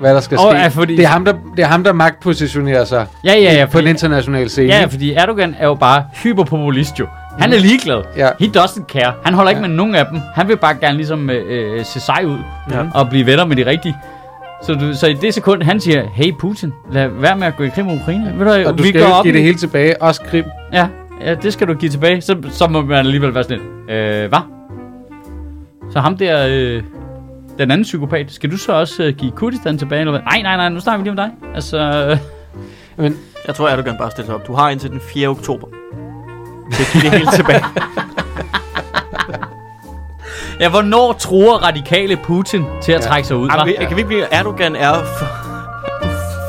C: hvad der skal
A: Åh,
C: ske.
A: ja, fordi-
C: det, er ham, der, det er ham, der magtpositionerer sig
A: Ja, ja, ja.
C: på den
A: Fordi,
C: internationale scene.
A: ja, fordi Erdogan er jo bare hyperpopulist jo. Han er ligeglad.
C: Mm. Ja.
A: He doesn't care. Han holder ikke
C: Ja.
A: med nogen af dem. Han vil bare gerne ligesom øh, øh, se sej ud
B: Ja.
A: og blive venner med de rigtige. Så, du, så i det sekund, han siger, hey Putin, lad være med at gå i krig med Ukraine. Ved du, hvad,
C: og du
A: vi
C: skal
A: går
C: jo
A: op
C: give det
A: i-
C: hele tilbage, også Krim.
A: Ja, ja, det skal du give tilbage. Så, så må man alligevel være sådan lidt, øh, hvad? Så ham der, øh, den anden psykopat, skal du så også øh, give Kurdistan tilbage? Eller hvad? Nej, nej, nej, nu snakker vi lige om dig. Altså, øh,
C: Men
B: Jeg tror, Erdogan bare stiller sig op. Du har indtil den 4. oktober. Det er det hele tilbage.
A: ja, hvornår tror radikale Putin til at ja.
C: Ja.
A: trække sig ud?
B: Jamen,
A: hva'?
B: kan vi ikke blive, Erdogan er for,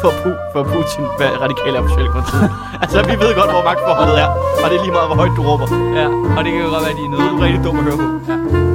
B: for, Pu, for Putin, hvad radikale er på Socialdemokratiet. altså, vi ved godt, hvor magtforholdet er, og det er lige meget, hvor højt du råber.
A: Ja, og det kan jo godt være, de er
B: Det
A: nede.
B: er rigtig dumt at høre på.
A: Ja.